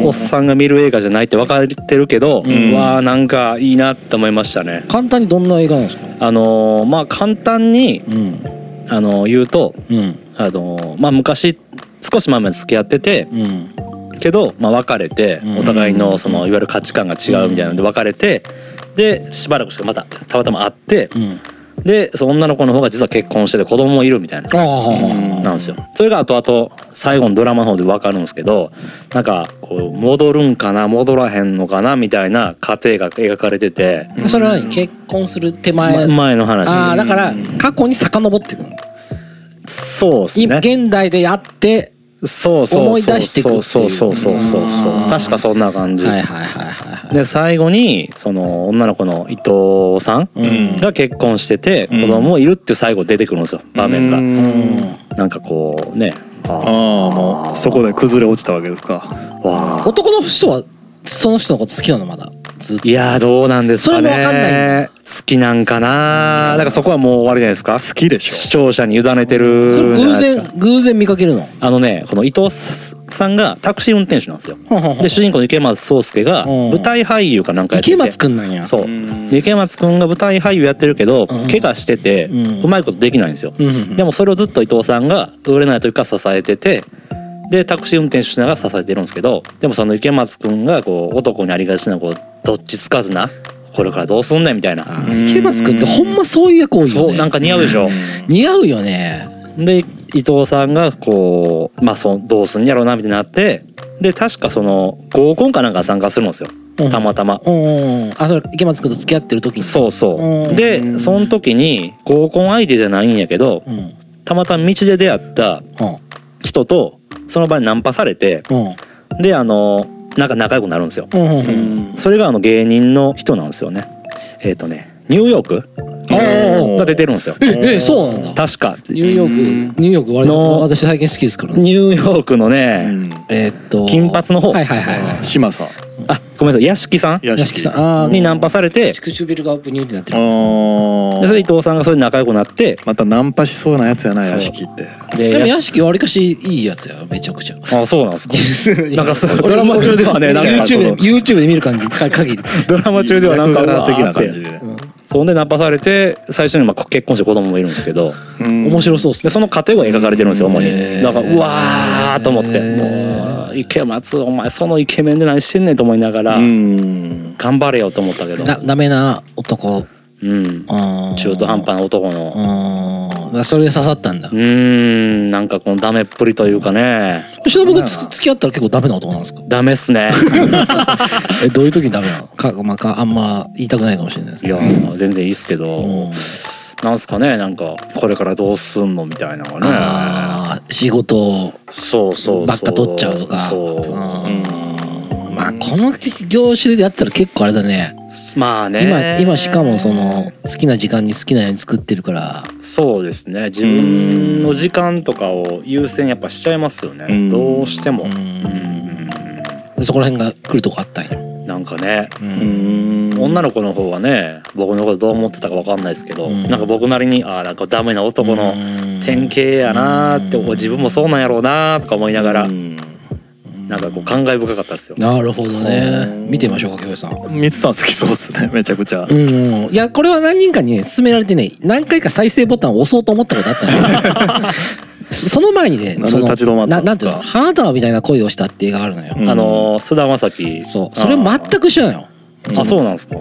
C: おおっさんが見る映画じゃないって分かってるけど、うわあなんかいいなって思いましたね
A: 簡単にどんな映画なんですか
C: あのーまあ簡単に、
A: うん
C: あのー言うと、
A: うん
C: あのーまあ昔少し前まで付き合ってて
A: うん
C: けど、まあ、別れて
A: うん
C: お互いのそのいわゆる価値観が違うみたいなので別れてでしばらくしてまたたまたま会って
A: うん
C: でその女の子の方が実は結婚してて子供もいるみたいな
A: ああ
C: なんですよそれが後々最後のドラマの方で分かるんですけどなんかこう戻るんかな戻らへんのかなみたいな過程が描かれてて、
A: それは何結婚する手前
C: ま前の話
A: ああだから過去に遡っていくの
C: そうっす
A: い
C: ね
A: 現代でやって
C: そうそうそう
A: 思い出してくっていう
C: そうそうそうそうそう
A: あー
C: 確かそんな感じ、
A: はいはいはいはいはい
C: で最後にその女の子の伊藤さん
A: うん
C: が結婚してて
B: うん
C: 子供いるって最後出てくるんですよ場面が。
B: が
C: なんかこうね
B: ああもうそこで崩れ落ちたわけですか
C: わあ
A: 男の人はその人のこと好きなのまだずっと
C: いやーどうなんですかね
A: それもわかんない
C: 好きなんかなだからそこはもう終わりじゃないですか
B: 好きで
C: 視
B: しょ
C: 聴者に委ねて
A: それ
C: るじゃ
A: 偶
C: ないですか
A: 然偶然見かけるの
C: あのねこの伊藤さんがタクシー運転手なんですよ
A: ほんほんほん
C: で主人公の池松壮亮が
A: うん
C: 舞台俳優かなんかやってて
A: 池松くんなんや
C: そううんで池松くんが舞台俳優やってるけ
A: う
C: ど
A: ん
C: 怪我してて
A: うん
C: うまいことできないんですよ
A: うんうんうん
C: でもそれをずっと伊藤さんが売れない時から支えててでタクシー運転手しながら支えてるんですけどでもその池松くんがこう男にありがちなこうどっちつかずなこれからどうすんねんみたいな
A: あー池松くんってほんまそういう役多いよ
C: そ
A: ね
C: うなんか似合うでしょ
A: 似合うよね
C: で伊藤さんがこうまあそうどうすんやろうなみたいになってで確かその合コンかなんか参加するんですよ
A: うん
C: たまたま。
A: うんうんうんあそれ池松くんと付き合ってる時に
C: そうそううんでその時に合コン相手じゃないんやけど
A: うんうん
C: たまたま道で出会った人とその場にナンパされて
A: うん
C: であのなんか仲良くなるんですよ
A: うんうんう
B: うんん
C: それがあの芸人の人なんですよねえっ、とねニューヨーク
A: あー
C: が出てるんですよ
A: ええそうなんだ
C: 確か
A: ニューヨークニューヨーク割と
C: の
A: 私最近好きですからね
C: ニューヨークの
B: う
C: ね、
B: ん
A: えーっと
C: 金髪の方
A: はいはいはいはい
B: 島さん
C: あごめんなさい屋敷さん
B: 屋
A: 屋敷さんああ
C: にナンパされて
A: 唇がアップニューってなって
B: あ
A: る
C: でそ
B: ー
C: れ伊藤さんがそれで仲良くなって
B: またナンパしそうなやつやな
C: そう
B: 屋敷って
C: で
A: でも
C: 屋
A: 屋敷わりかしいいやつやめちゃくちゃ
C: 敷あそうなん ですかなんかそう
A: ドラマ中ではね、
C: なんかそ
A: YouTube で
C: の
A: YouTube で見る感じか限り。
C: ドラマ中ではなんか
B: 役柄的な
C: わー
B: 感
C: っ
B: じ
C: て
B: で
C: そんでナンパされて最初にまあ結婚して子供もいるんですけど
B: うん
A: 面白そうっす
C: でその過程が描かれてるんですよ主
A: へー
C: にだからうわーと思って
A: へー
C: もう池松お前そのイケメンで何してんねんと思いながら
B: うん
C: 頑張れよと思ったけど
A: だダメな男。
C: うん
A: うん
C: 中途半。端な男の
A: うん。だからそれで刺さったんだ
C: う。ーんなんかこのダメっぷりというかね
A: しのぶがつ付き合ったら結構ダメな男なんですか
C: ダメっ すね
A: え、どういう時にダメなのか、まあ、かあんま言いたくないかもしれないです
C: い
A: けど。
C: や全然いいっすけど
A: うん
C: なんすかねなんかこれからどうすんのみたいなのがね
A: ああ、仕事
C: そうそうそう
A: ばっか取っちゃうとか。
C: そう
A: うん。まあ、この業種でやったら結構あれだね。
C: まあね
A: 今、今しかもその、好きな時間に好きなように作ってるから。
C: そうですね自分の時間とかを優先やっぱしちゃいますよね、
B: うん
C: どうしても、
A: う
C: うん
A: ん。そこら辺が来るとこあったんや。
C: なんかね、
A: う
B: うんん
C: 女の子の方はね僕のことどう思ってたか分かんないですけど、
A: うん
C: なんか僕なりにああんかダメな男の典型やなーって、
A: うん
C: 自分もそうなんやろうなーとか思いながら、
B: うん
C: なんかこう感慨深かったですよ、
A: なるほどね
B: うん
A: 見てみましょうか京平さん
B: ミツさん好きそうっすねめちゃくちゃ
A: うんうん、いやこれは何人かにね勧められてね何回か再生ボタンを押そうと思ったことあった んだけどその前にね
B: なんで
A: その
B: 立ち止まった
A: なん
B: で
A: なん
B: す
A: て
B: か
A: いうの花束みたいな恋をしたって映画があるのよ、
B: うん
C: あのー菅田将暉
A: そうそれ全く一緒なの
C: ああそうなんですか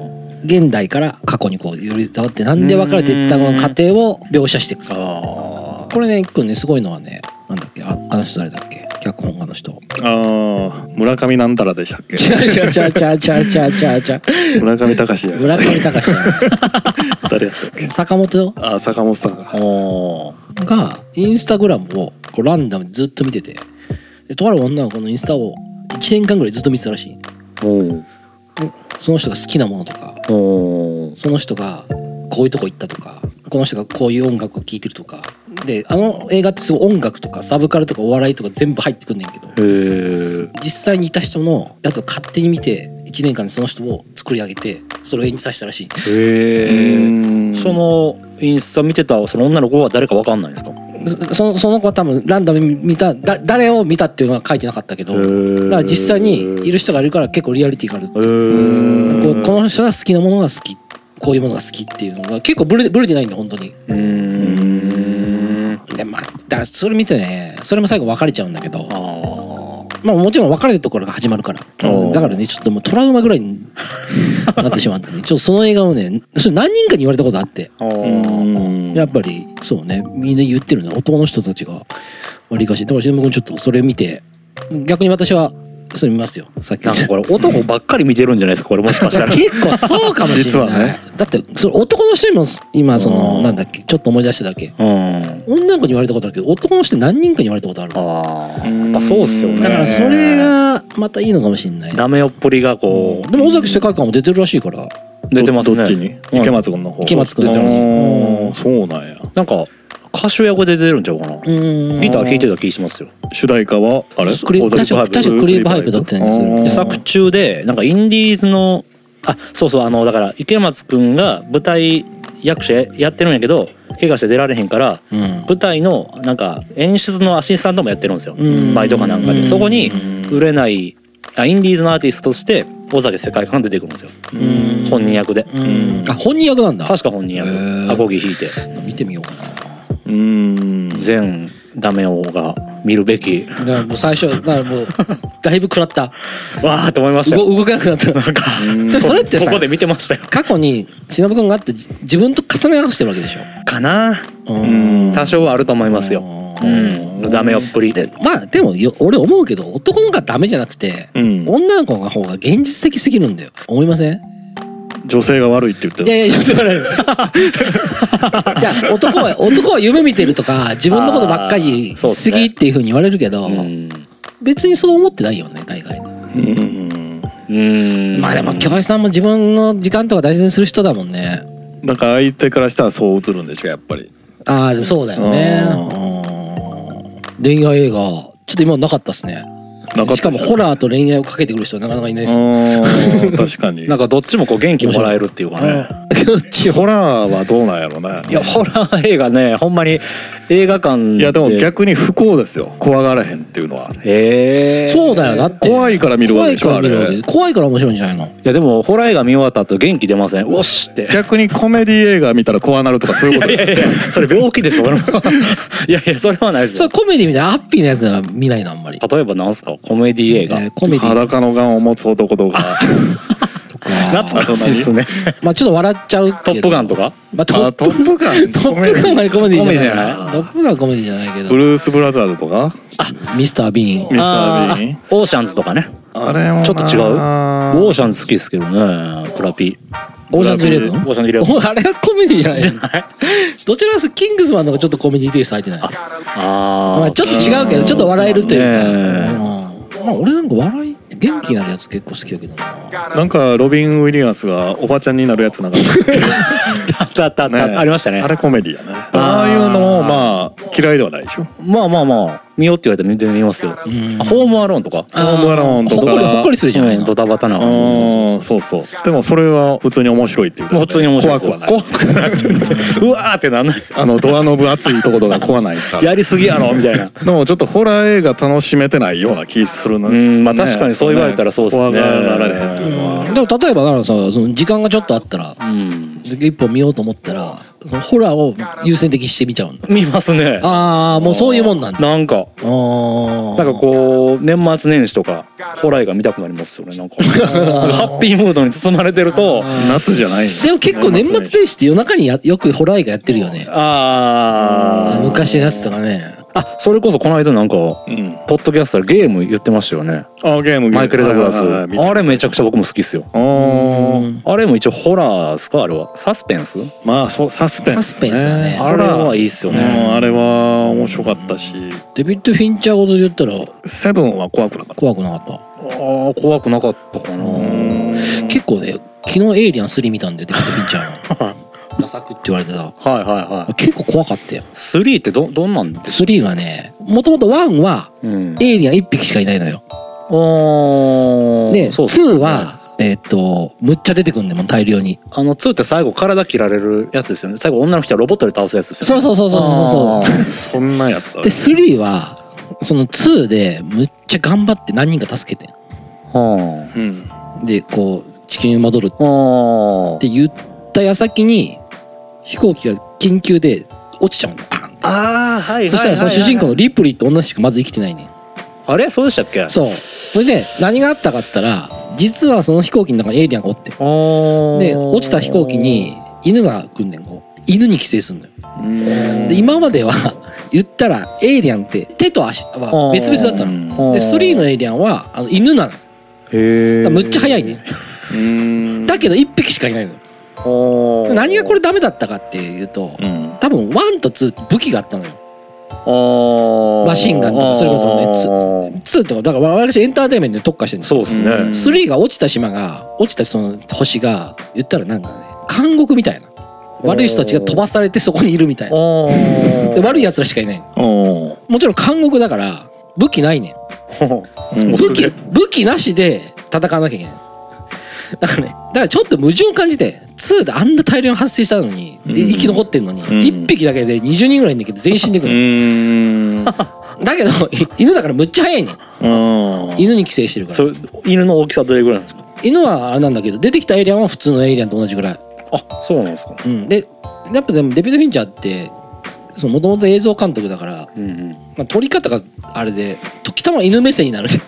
A: 現代から過去にこう寄り伝わってなんで別れていったこの過程を描写していく
B: あ
A: これね一個ねすごいのはねなんだっけああの人誰だっけ脚本家の人
B: ーあー村上なんたらでしたっけ
A: 違う違う違う違う違う違う違う
B: 村上隆や
A: 村上隆じゃない
B: 誰やったっけ
A: 坂本
B: あー坂本さんが
C: おー
A: がインスタグラムをこうランダムにずっと見ててでとある女の子のインスタを1年間ぐらいずっと見てたらしいで
C: お
A: その人が好きなものとか
C: ーおー
A: その人がこういうとこ行ったとかこの人がこういう音楽を聴いてるとかであの映画ってすごい音楽とかサブカルとかお笑いとか全部入ってくんねんけど
C: へー
A: 実際にいた人のやつを勝手に見て1年間でその人を作り上げてそれを演じさせたらしい
C: へー
B: うん
C: そのインスタ見てたその女の子は誰かわかんないんですか。
A: そその子は多分ランダムに見ただ誰を見たっていうのは書いてなかったけどだから実際にいる人がいるから結構リアリティがある
C: へー。
A: こうこの人が好きなものが好きこういうものが好きっていうのが結構ブレブレてないんだ本当に
C: うーん。
A: でまあだからそれ見てねそれも最後別れちゃうんだけど
C: ああ。
A: まあもちろん別れるところが始まるから
B: おー
A: だからねちょっともうトラウマぐらいになってしまってねちょっとその映画をねそれ何人かに言われたことあって
C: あ
B: うん
A: やっぱりそうねみんな言ってるね男の人たちが割りかしだからしのぶ君ちょっとそれ見て逆に私はそれ見ますよさっき
C: なんかこれ男ばっかり見てるんじゃないですかこれもしかした ら。
A: 結構そうかもしれない
B: 実はね
A: だってそれ男の人にも今その
C: うん
A: なんだっけちょっと思い出しただけ
C: うん。
A: 女の子に言われたことあるけど男の人に何人かに言われたことある
C: ああ。やっぱそうっすよね。
A: だからそれ。がまたいいのかもしれない
C: ダメよっぷりがこう、
A: でも尾崎世界観も出てるらしいから
C: 出てますね
B: どっちに
C: うん
B: 池松君の方
A: 池松君
B: 出てます
A: うん
B: あーそうなんや
C: なんか歌手役で出てるんちゃうか
A: う
C: な、
A: ん
C: ギター弾いてた気しますよ、
B: 主題歌はあれ
A: クリ
B: 尾
A: 確
B: 崎
A: か確かクリープハイプだったんですよ
B: うん
C: で作中でなんかインディーズのあそうそうあのだから池松くんが舞台役者やってるんやけど怪我して出られへんから
A: うん
C: 舞台のなんか演出のアシスタントもやってるんですよ
A: うん
C: バイトかなんか
A: うん
C: でそこに売れないあインディーズのアーティストとして尾崎世界観が出てくるんですよ
A: うん
C: 本人役で
A: うんあ本人役なんだ
C: 確か本人役
A: へー
C: アコギ弾いて
A: 見てみようかな
B: うん
C: 全ダメ男が見るべき
A: だからもう最初だから もうだいぶ食らった
C: わーと思いました
A: 動
C: よ
A: 動けなくなった
C: なんか
A: でもそれってさ
C: ここで見てましたよ
A: 過去に忍君があってじ自分と重ね合わせてるわけでしょ
C: かな
A: うん
C: 多少はあると思いますよ
A: う
C: うんんダメよっぷり
A: でまあでもよ俺思うけど男の方がダメじゃなくて、
B: うん
A: 女の子の方が現実的すぎるんだよ思いません
B: 女性が悪いって言って
A: い
B: る
A: やいや言ってもらえるじゃあ男は男は夢見てるとか自分のことばっかり
C: あーそうっす
A: す
C: ね
A: ぎっていうふうに言われるけど、
C: うん
A: 別にそう思ってないよね大概
B: うん
C: うん
A: まあでも京平さんも自分の時間とか大事にする人だもんね
B: だから相手からしたらそう映るんでしょやっぱり
A: ああそうだよねうん恋愛映画ちょっと今なかったっすね
B: なかった
A: しかもホラーと恋愛をかけてくる人はなかなかいないです
B: ーうん確 かに
C: なんかどっちもこう元気もらえるっていうかね。
A: 地方
B: ホラーはどうなんやろうね
C: いやホラー映画ねほんまに映画館
B: いやでも逆に不幸ですよ怖がらへんっていうのは
C: ええ
A: そうだよだ
C: い
A: って
B: 怖いから見るわ
A: 怖
B: け
A: い
B: でし
A: か
B: ょ
A: ら
B: あ
A: 見るわけ
B: れ
A: で怖いから面白いんじゃないの
C: やでもホラー映画見終わった後元気出ませんうおしって
B: 逆にコメディ映画見たら怖なるとかそういうこ
C: い
B: と
C: やいやいや それ病気でし ょそれもいやいやそれはないです
A: それ
C: よ
A: コメディみたいなハッピーなやつは見ないのあんまり、
C: 例えばなんすかコメディ映画、
A: えーコメディ
B: 裸のガンを持つ男とか
A: とか
C: 懐かしいっすね
A: まあちょっと笑っちゃうけど
C: トップガンとか
A: まあ、ト
B: あ
A: ッ
B: トップガン
A: プトップガンはコメディじゃ
C: コメディじゃ
A: ない
C: ない
A: トップガンはコメディじゃないけど
B: ブルース・ブラザーズとか
A: ミスター・ビーン
B: ミスター・ビーン
C: あーオーシャンズとかね
B: あれもな
C: ちょっと違うオーシャンズ好きですけどねクラピ
A: オーシャンズイレブン
C: オーシャンズイレブン
A: おあれはコメディじゃないどちらかというとキングスマンの方がちょっとコメディテイスト入ってない
C: あ
A: ま
C: あ
A: あ、ちょっと違うけどちょっと笑えるというか
C: そうね
A: うんまあ俺なんか笑い元気になるやつ結構好きだけどな
B: なんかロビン・ウィリアムスがおばちゃんになるやつなんかった
C: あったあったあった、ありました ね
B: あれコメディやねああいうのもまあ嫌いではないでしょ
C: まあまあまあ見ようって言われたら見てみますよ、
A: ん
C: あホームアローンとか
A: あー
B: ホームアローンとか
A: ほっこりほっこりするじゃない
C: うん
A: の
C: ドタバタな
B: あーそうそうでもそれは普通に面白いっていうかね
C: もう普通に面白いですよ
B: 怖くはない
C: 怖くないうわーってなんないですよ
B: あのドアノブ熱いところが怖ないですから
C: やりすぎやろみたいな
B: でもちょっとホラー映画楽しめてないような気するな
C: うんまあ確かにそう言われたらそうっすね
B: 怖がられへんっていうのは
A: うんでも例えばだからさその時間がちょっとあったら
C: うん
A: 一本見ようと思ったらそのホラーを優先的にしてみちゃうんだ
C: 見ますね
A: ああもうそういうもんなんだあ
C: なんか
A: ー
C: なんかこう年末年始とかホラーが見たくなりますよねなんかなんかハッピームードに包まれてると
B: 夏じゃない
A: でも結構年末年始って夜中にやよくホラー映画やってるよね
C: あー
A: 昔のやつとかね
C: あそれこそこの間なんか
B: うん
C: ポッドキャストでゲーム言ってましたよね
B: あゲームゲーム
C: マイケル・ダグラス
B: はいはいはい見て
C: あれめちゃくちゃ僕も好きっすよ
B: あー
C: あれも一応ホラーですかあれはサスペンス
B: まあそうサスペンス
A: サ
B: ね
A: スペンスだね
B: ホ
C: あれ
B: ラー
C: はいいっすよ
B: うん
C: ね
B: あれは面白かったし
A: デビッド・フィンチャーごとで言ったら
B: セブンは怖くなかっ
A: 怖くなかった
C: あー怖くなかったかな
A: 結構ね昨日エイリアン3見たんでデビッド・フィンチャー のダサくって言われてた
C: はいはいはい
A: 結構怖かったよ
C: 3ってどどんなんです
A: 3はねもともと1は
C: うん
A: エイリアン1匹しかいないのよ
C: おー
A: で
C: そうっすね
A: 2はえーっとむっちゃ出てくんねもう大量に
C: あの2って最後体切られるやつですよね最後女の人はロボットで倒すやつです
A: そ
C: よ
A: う
C: ね
A: そうそうそうそうそ
B: たそんなんやった
A: うで3はその2でむっちゃ頑張って何人か助けて
C: は
B: うん
A: でこう地球に戻る
C: あは
A: っ
C: あ
A: て言った矢先に飛行機が緊急で落ちちゃうのパンって
C: あーはいはいはいはい
A: そしたらその主人公のリプリーと女しかまず生きてないね
C: あれそうでしたっけ
A: そうそれで何があったかっつったら実はその飛行機の中にエイリアンがおって
C: う
A: で落ちた飛行機に犬が来んねんこう犬に寄生すんのよで今までは 言ったらエイリアンって手と足は別々だったので3のエイリアンはあの犬なのだか
C: へ
A: らむっちゃ速いね
B: うん
A: だけど1匹しかいないので
C: 何
A: 何がこれダメだったかっていうと
B: うん
A: 多分1と2って武器があったのよ
C: あ
A: マシンガンとかそれこそねつ2とかだから私エンターテインメントに特化してるんです
C: そう
A: よ
C: ですね、
B: うん
A: 3が落ちた島が落ちたその星が言ったらなんかね監獄みたいな悪い人たちが飛ばされてそこにいるみたいな
C: あ
A: で
C: ー
A: 悪い奴らしかいないの
B: お
A: もちろん監獄だから武器ないねん
B: うん
C: もう
A: 武
C: す
A: 器
C: で
A: 武器なしで戦わなきゃいけないだからねだからちょっと矛盾を感じて2であんな大量に発生したのにで
B: うん
A: 生き残ってんのに、
B: ん
A: 1匹だけで20人ぐらいいんだけど全員死んでく
B: う
A: る、
B: ーん
A: だけどい犬だからむっちゃ速いねん
B: うん
A: 犬に寄生してるから
C: それ犬の大きさどれぐらいなんですか
A: 犬はあれなんだけど出てきたエイリアンは普通のエイリアンと同じぐらい、
C: あそうなんですか、
A: うん、でやっぱでもデビッド・フィンチャーってもともと映像監督だから、
C: うんうん、
A: まあ、撮り方があれで時たま犬目線になるね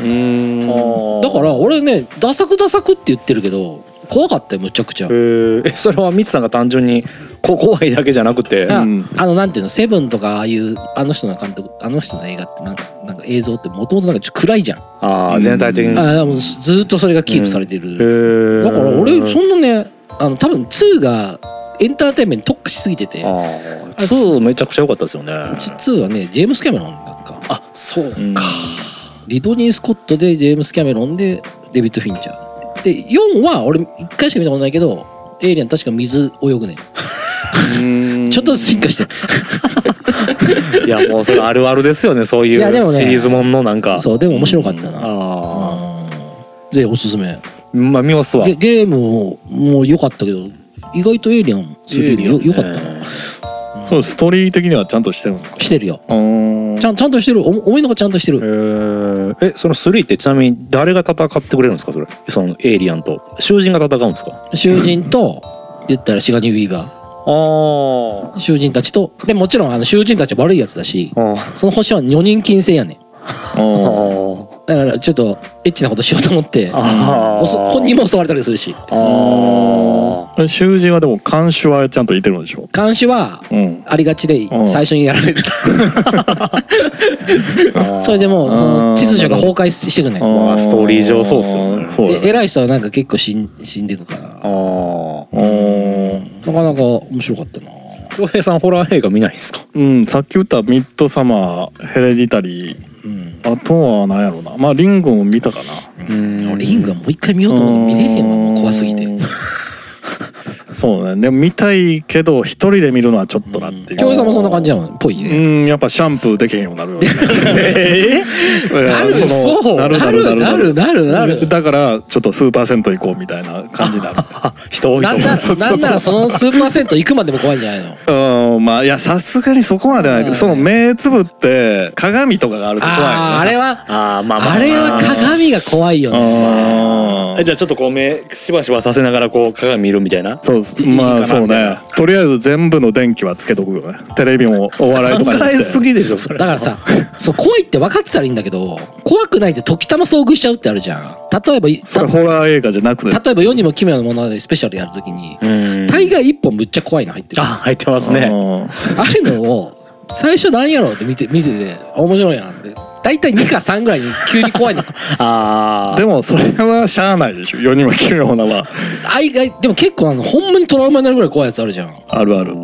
B: うーん
A: だから俺ねダサくダサくって言ってるけど怖かったよむちゃくちゃ
C: えー、えそれはミツさんが単純にこ怖いだけじゃなくて、
A: あ
B: うん
A: あのなんていうのセブンとかああいうあの人の監督あの人の映画ってなんかなんか映像ってもともとなんかちょっと暗いじゃん、
C: あー全体的に、
B: うん
A: ああもうずーっとそれがキープされてる、
C: ー
A: だから俺そんなねあの多分2がエンターテインメントに特化しすぎてて
C: あー2めちゃくちゃ良かったですよね
A: 2はねジェームス・キャメロンなんか
C: あそう
B: うん
A: リドニー・スコットでジェームス・キャメロンでデビッド・フィンチャーで4は俺1回しか見たことないけどエイリアン確か水泳ぐね
B: うん
A: ちょっとずつ進化してる
C: いやもうそれあるあるですよねそうい
A: いやでも
C: う
A: ね
C: シリーズもんのなんか
A: そうでも面白かったな、
C: あ
A: うんぜひおすすめ
C: あまあ見ますわ
A: ゲゲームももう良かったけど意外とエイリアンするよ良かったな、
B: そうストーリー的にはちゃんとしてるのか
A: してるよ
B: うん
A: ちゃんちゃんとしてるお思いのがちゃんとして
C: え
A: る
C: ーえその3ってちなみに誰が戦ってくれるんですかそれそのエイリアンと囚人が戦うんですか
A: 囚人と言ったらシガニー・ウィーバ
C: あー
A: ー囚人たちとでもちろんあの囚人たちは悪いやつだし
C: あー
A: その星は女人禁制やねん
C: あ
B: うん
C: ー
A: だからちょっとエッチなことしようと思って
C: あー
A: おそ本人も襲われたりするし
C: あー
B: 囚人はでも監視はちゃんといてるんでしょ
A: 監視は
B: うん
A: ありがちで
B: うん
A: 最初にやられる
C: あー
A: それでもうその
B: あー
A: 秩序が崩壊してくねん
C: まあストーリー上そうっすよね
B: そうだ
A: え
B: ね
A: 偉い人はなんか結構死ん死んでいくから
C: あー
B: うん
A: なかなか面白かったな
C: 恭平さんホラー映画見ないんですか
B: うんさっき言ったミッドサマーヘレディタリー
A: うん
B: あとは何やろうなまあリンゴも見たかな
C: うん
A: リングはもう一回見ようと思って見れへんわもう怖すぎて
B: うんそうねでも見たいけど一人で見るのはちょっとなってい
A: 京
B: う
A: 平さんもそんな感じなのっぽいうね
B: んやっぱシャンプーできへんようになるよ ねえー
A: なる
B: その
A: そう
B: なるなる
A: な
B: な
A: る
B: る
A: なるなるなる
B: だからちょっと数パーセント行こうみたいな感じになる
C: 人多い
A: な
C: と思
A: ん
C: う
A: ななんならそのスーパーセント行くまでも怖いんじゃないの
B: うんまあいやさすがにそこまではないけ
A: うん
B: どその目つぶって鏡とかがあると怖いよね
A: ああーあれは
C: あーまあまあ
A: あれは鏡が怖いよね
B: うん
C: えじゃあちょっとこう目しばしばさせながらこう鏡見るみたいな
B: そう
C: いいかな
B: まあそう
C: みたいな
B: ねとりあえず全部の電気はつけとくよねテレビもお笑いとかに
C: え
B: して
C: ぎでしょそれ
A: だからさそう怖いって分かってたらいいんだけど怖くないって時たま遭遇しちゃうってあるじゃん例えば
B: それホラー映画じゃなくて
A: た例えば世にも奇妙なものでスペシャルやるときに
C: うん
A: 大概一本むっちゃ怖いの入ってる
C: あ入ってますね
B: う
A: ああいうのを最初何やろうって見て見ててあ面白いやんって大体2か3ぐらいに急に怖いの
C: ああ
B: んでもそれはしゃあないでしょ世にも奇妙なは
A: あいがいでも結構あのほんまにトラウマになるぐらい怖いやつあるじゃんあ
B: あるある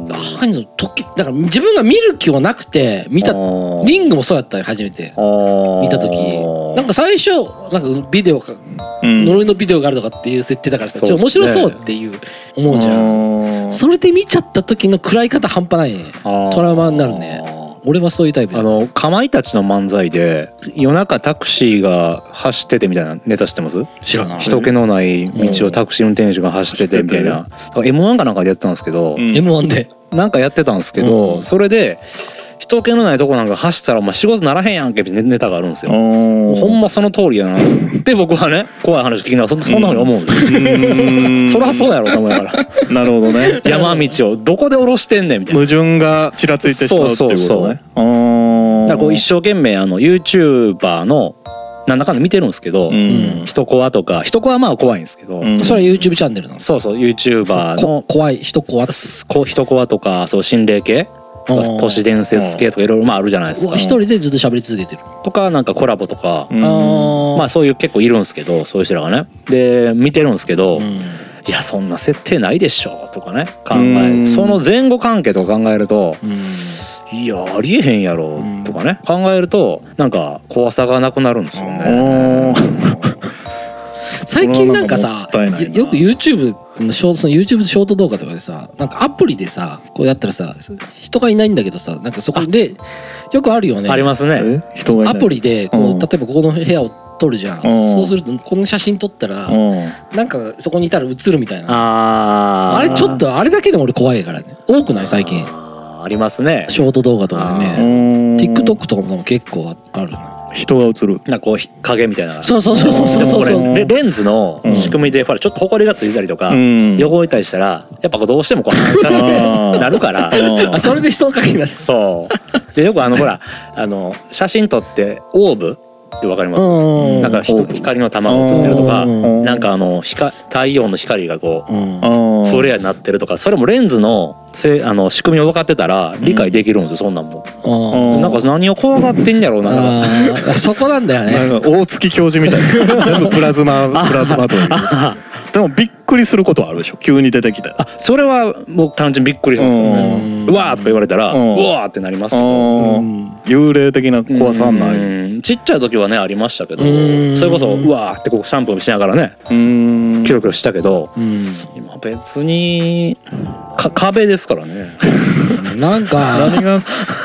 A: あいうの時だから自分が見る気はなくて見たリングもそうやったよ初めて見
C: 見
A: た時なんか最初なんかビデオか
B: うん
A: 呪いのビデオがあるとかっていう設定だからさ、ちょっと面
C: そ
A: 白
C: うっすね
A: そうっていう思うじゃん、
B: うん
A: それで見ちゃった時の食らい方半端ないねトラウマになるね俺はそういうタイプ
C: あのかまいたちの漫才で夜中タクシーが走っててみたいなネタ知ってます
A: 知らない
C: 人気のない道をタクシー運転手が走っててみたいな m 1かなんかでやってたんですけど、
B: うん
A: M1 で
C: なんかやってたんですけど、
A: うん
C: それで人気のないとこなんか走ったらお前仕事ならへんやんけみたいなネタがあるんですよ。もうほんまその通りやなって僕はね怖い話聞きながらそそんなふうに思うんですよ。
B: うん
C: そりゃそうやろと思いながら
B: なるほどね
C: 山道をどこで降ろしてんねんみたいな。
B: 矛盾がちらついてしまうっていうことねうん
C: だからこう一生懸命あの YouTuber のなんだかんだ見てるんですけど、
B: うん
C: 人コアとか人コアはまあ怖いんですけど、
B: うん
A: それは YouTube チャンネルなんです
C: そうそう YouTuber
A: こ
C: の
A: 怖い人怖っ
C: こう人コアとかそう心霊系とか
A: うん
C: 都市伝説系とかいろいろまああるじゃないです
A: うわ
C: か。
A: 一人でずっと喋り続けてる、
C: とかなんかコラボとか、
B: うん
A: あ
C: まあそういう結構いるんですけどそういう人らがねで見てるんですけ
A: あ、
C: ど、
A: う
C: い
A: ん
C: やそんな設定ないでしょとかね考
B: う
C: え
B: ん
C: その前後関係とか考えると
A: うん、
C: いやありえへんやろとかね、考えるとなんか怖さがなくなるんですよね。
B: おー
A: 最近なんかさ
B: それはなんかもったいないな
A: よく YouTube のショートその YouTube ショート動画とかでさなんかアプリでさこうやったらさ人がいないんだけどさなんかそこでよくあるよね
C: ありますね。
B: え人がいない
A: アプリでこう、
B: うん
A: 例えばここの部屋を撮るじゃん、
B: ん
A: そうするとこの写真撮ったら、
B: うん
A: なんかそこにいたら映るみたいなあ
C: ああ
A: れちょっとあれだけでも俺怖いからね多くない最近
C: あーありますね。
A: ショート動画とかで
C: う
A: ね TikTok とかも結構あるな
B: 人が映る
C: なんかこうひ影みたいな。
A: そうそうそうそうそうそう
C: で
A: そ
C: もこ
A: う
C: れレレンズの仕組みで、ほらちょっと埃がついたりとか、
B: うん
C: 汚れたりしたらやっぱこうどうしてもこう反射し
B: あ
C: て
B: ー
C: な るから。
A: あそれで人の影になる
C: そう。でよくあのほらあの写真撮ってオーブってわかります。
A: うん
C: なんかひと
B: オーブ
C: 光の玉が映ってるとか、
A: うん
C: なんかあの光太陽の光がこう
A: うん
B: そ
C: フレアになってるとかそれもレンズのせいあの仕組みを分かってたら理解できるんですよ、そんなんも、
A: あ
B: うん
C: なんか何を怖がってんやろうななんか
A: あー そこなんだよね
B: なんか大月教授みたい な全部プラズマプラズマというでもびっくりすることはあるでしょ急に出てきた
C: あそれは僕単純にびっくりしますけどね
A: う
C: うんわーとか言われたら、う
B: うん
C: わーってなりますけど
A: ん
B: 幽霊的な怖さはないうん
C: うんちっちゃい時はねありましたけど
A: うん
C: それこそうわーってこうシャンプーしながらねキョロキョロしたけど
A: うん
C: 今別にか壁ですからね
A: なんか
B: 何が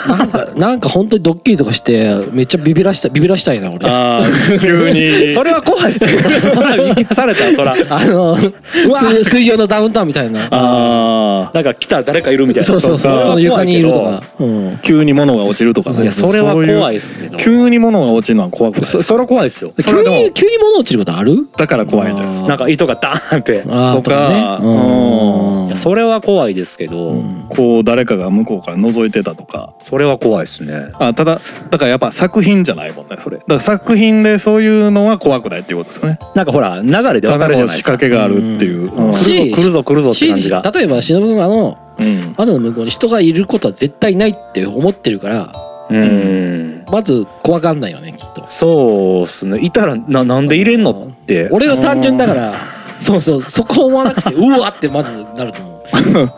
A: なんかなんか本当にドッキリとかしてめっちゃビビらしたビビらしたいな俺あ
B: あー急に
C: それは怖いですよそんな見消されたらそら
A: の水水曜のダウンタウンみたいな
B: あー
C: なんか来たら誰かいるみたいな
A: そうそう
B: そ
A: そう
B: か
A: その床にいると
C: 怖
A: か
C: け
A: うん
B: 急に物が落ちるとか
A: いや
C: どそれは
B: うう
C: 怖いですけど
B: 急に物が落ちるのは怖くない
C: そそれは怖いですよ
B: それ
A: 急
B: でも
A: に急に物落ちることある
B: だから怖いんじゃないです
A: あ
B: か
A: ー
C: なんか糸がダーンって
A: あー
B: とか
A: ねうん
C: いやそれは怖いですけど、
B: こう誰かが向こうから覗いてたとか
C: それは怖いですね
B: あただだからやっぱ作品じゃないもんねそれだから作品でそういうのは怖くないっていうことですよね
C: なんかほら流れで
B: た
C: 分か
B: だ
C: るじゃ
B: の
C: ないで
B: 仕
C: すか
B: 掛けがあるっていう、うん
A: し
C: 来るぞ来るぞ来るぞって感じが
A: し例えば忍君があの
B: うん
A: 窓の向こうに人がいることは絶対ないって思ってるから
C: うん
A: まず怖がんないよねきっと
C: そうっすねいたらななんで入れんのって
A: 俺は単純だからそうそうそこ思わなく てうわってまずなると思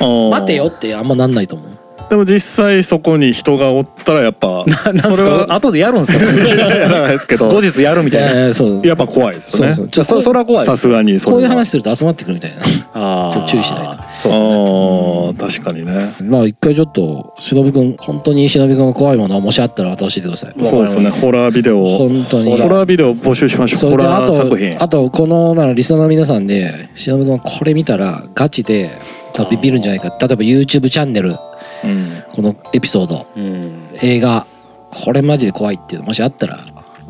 A: う待てよってあんまなんないと思う
B: でも実際そこに人がおったらや っぱ
C: なんす
B: それ
C: か
B: は
C: 後でやるんすか
B: やらないですけど
C: 後日やるみ
A: い
C: たいな、
A: やいやそう
B: やっぱ怖いです
A: そ
B: よね
A: うそうちょっと
C: そそれは怖いで
B: さ
C: す
B: すがにそれ
A: こういう
B: は
A: 話すると集まってくるみたいな
C: あー
A: ちょっと注意しないと
C: そうっすね
B: あー確かにね
A: まあ一回ちょっと忍君本当に忍君が怖いものをもしあったらまた教えてください
B: そうですねホラービデオ
A: 本当に
B: ホラービデオ募集しましょ
A: そうれ
B: ホ
A: であ
B: ラー
A: と
B: 作品
A: あとこのならリスナーの皆さんで忍君はこれ見たらガチで多分ビビるんじゃないか例えば YouTube チャンネル
B: うん
A: このエピソード
C: うん
A: 映画これマジで怖いっていうのもしあったら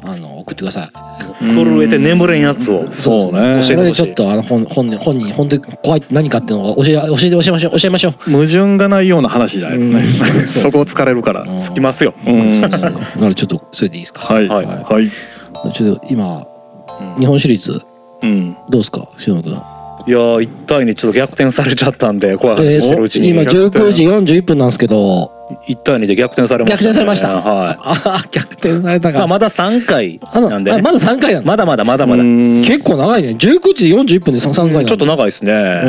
A: あの送ってください
C: 震えて眠れんやつを
B: そうね
A: それでちょっとあの本本人本人本当に怖いって何かっていうのを教え教えて教えましょう教えましょう。
B: 矛盾がないような話じゃないと ねそこを疲れるから
C: つきますよ
B: うん
A: そうそうだからちょっとそれでいいですか。
B: はい
C: はい
B: はい
A: ちょっと今
B: うん
A: 日本シリーズど
B: うん
A: うですか篠野君。
C: いやー1対にちょっと逆転されちゃったんで怖い
A: え
C: 話
A: ー
C: してるうちに、
A: 今
B: 逆転
A: 19時41分なんですけど
C: 1対2で逆転されました、
A: 逆転されました。
C: はい
A: あ逆転された
C: ま
A: か。
C: あ、まだ3回
A: あの
C: なんで、
A: あまだ3回なの。
C: まだまだまだまだ、
B: うん
A: 結構長いね。19時41分で3回なの。
C: ちょっと長いですね、
A: う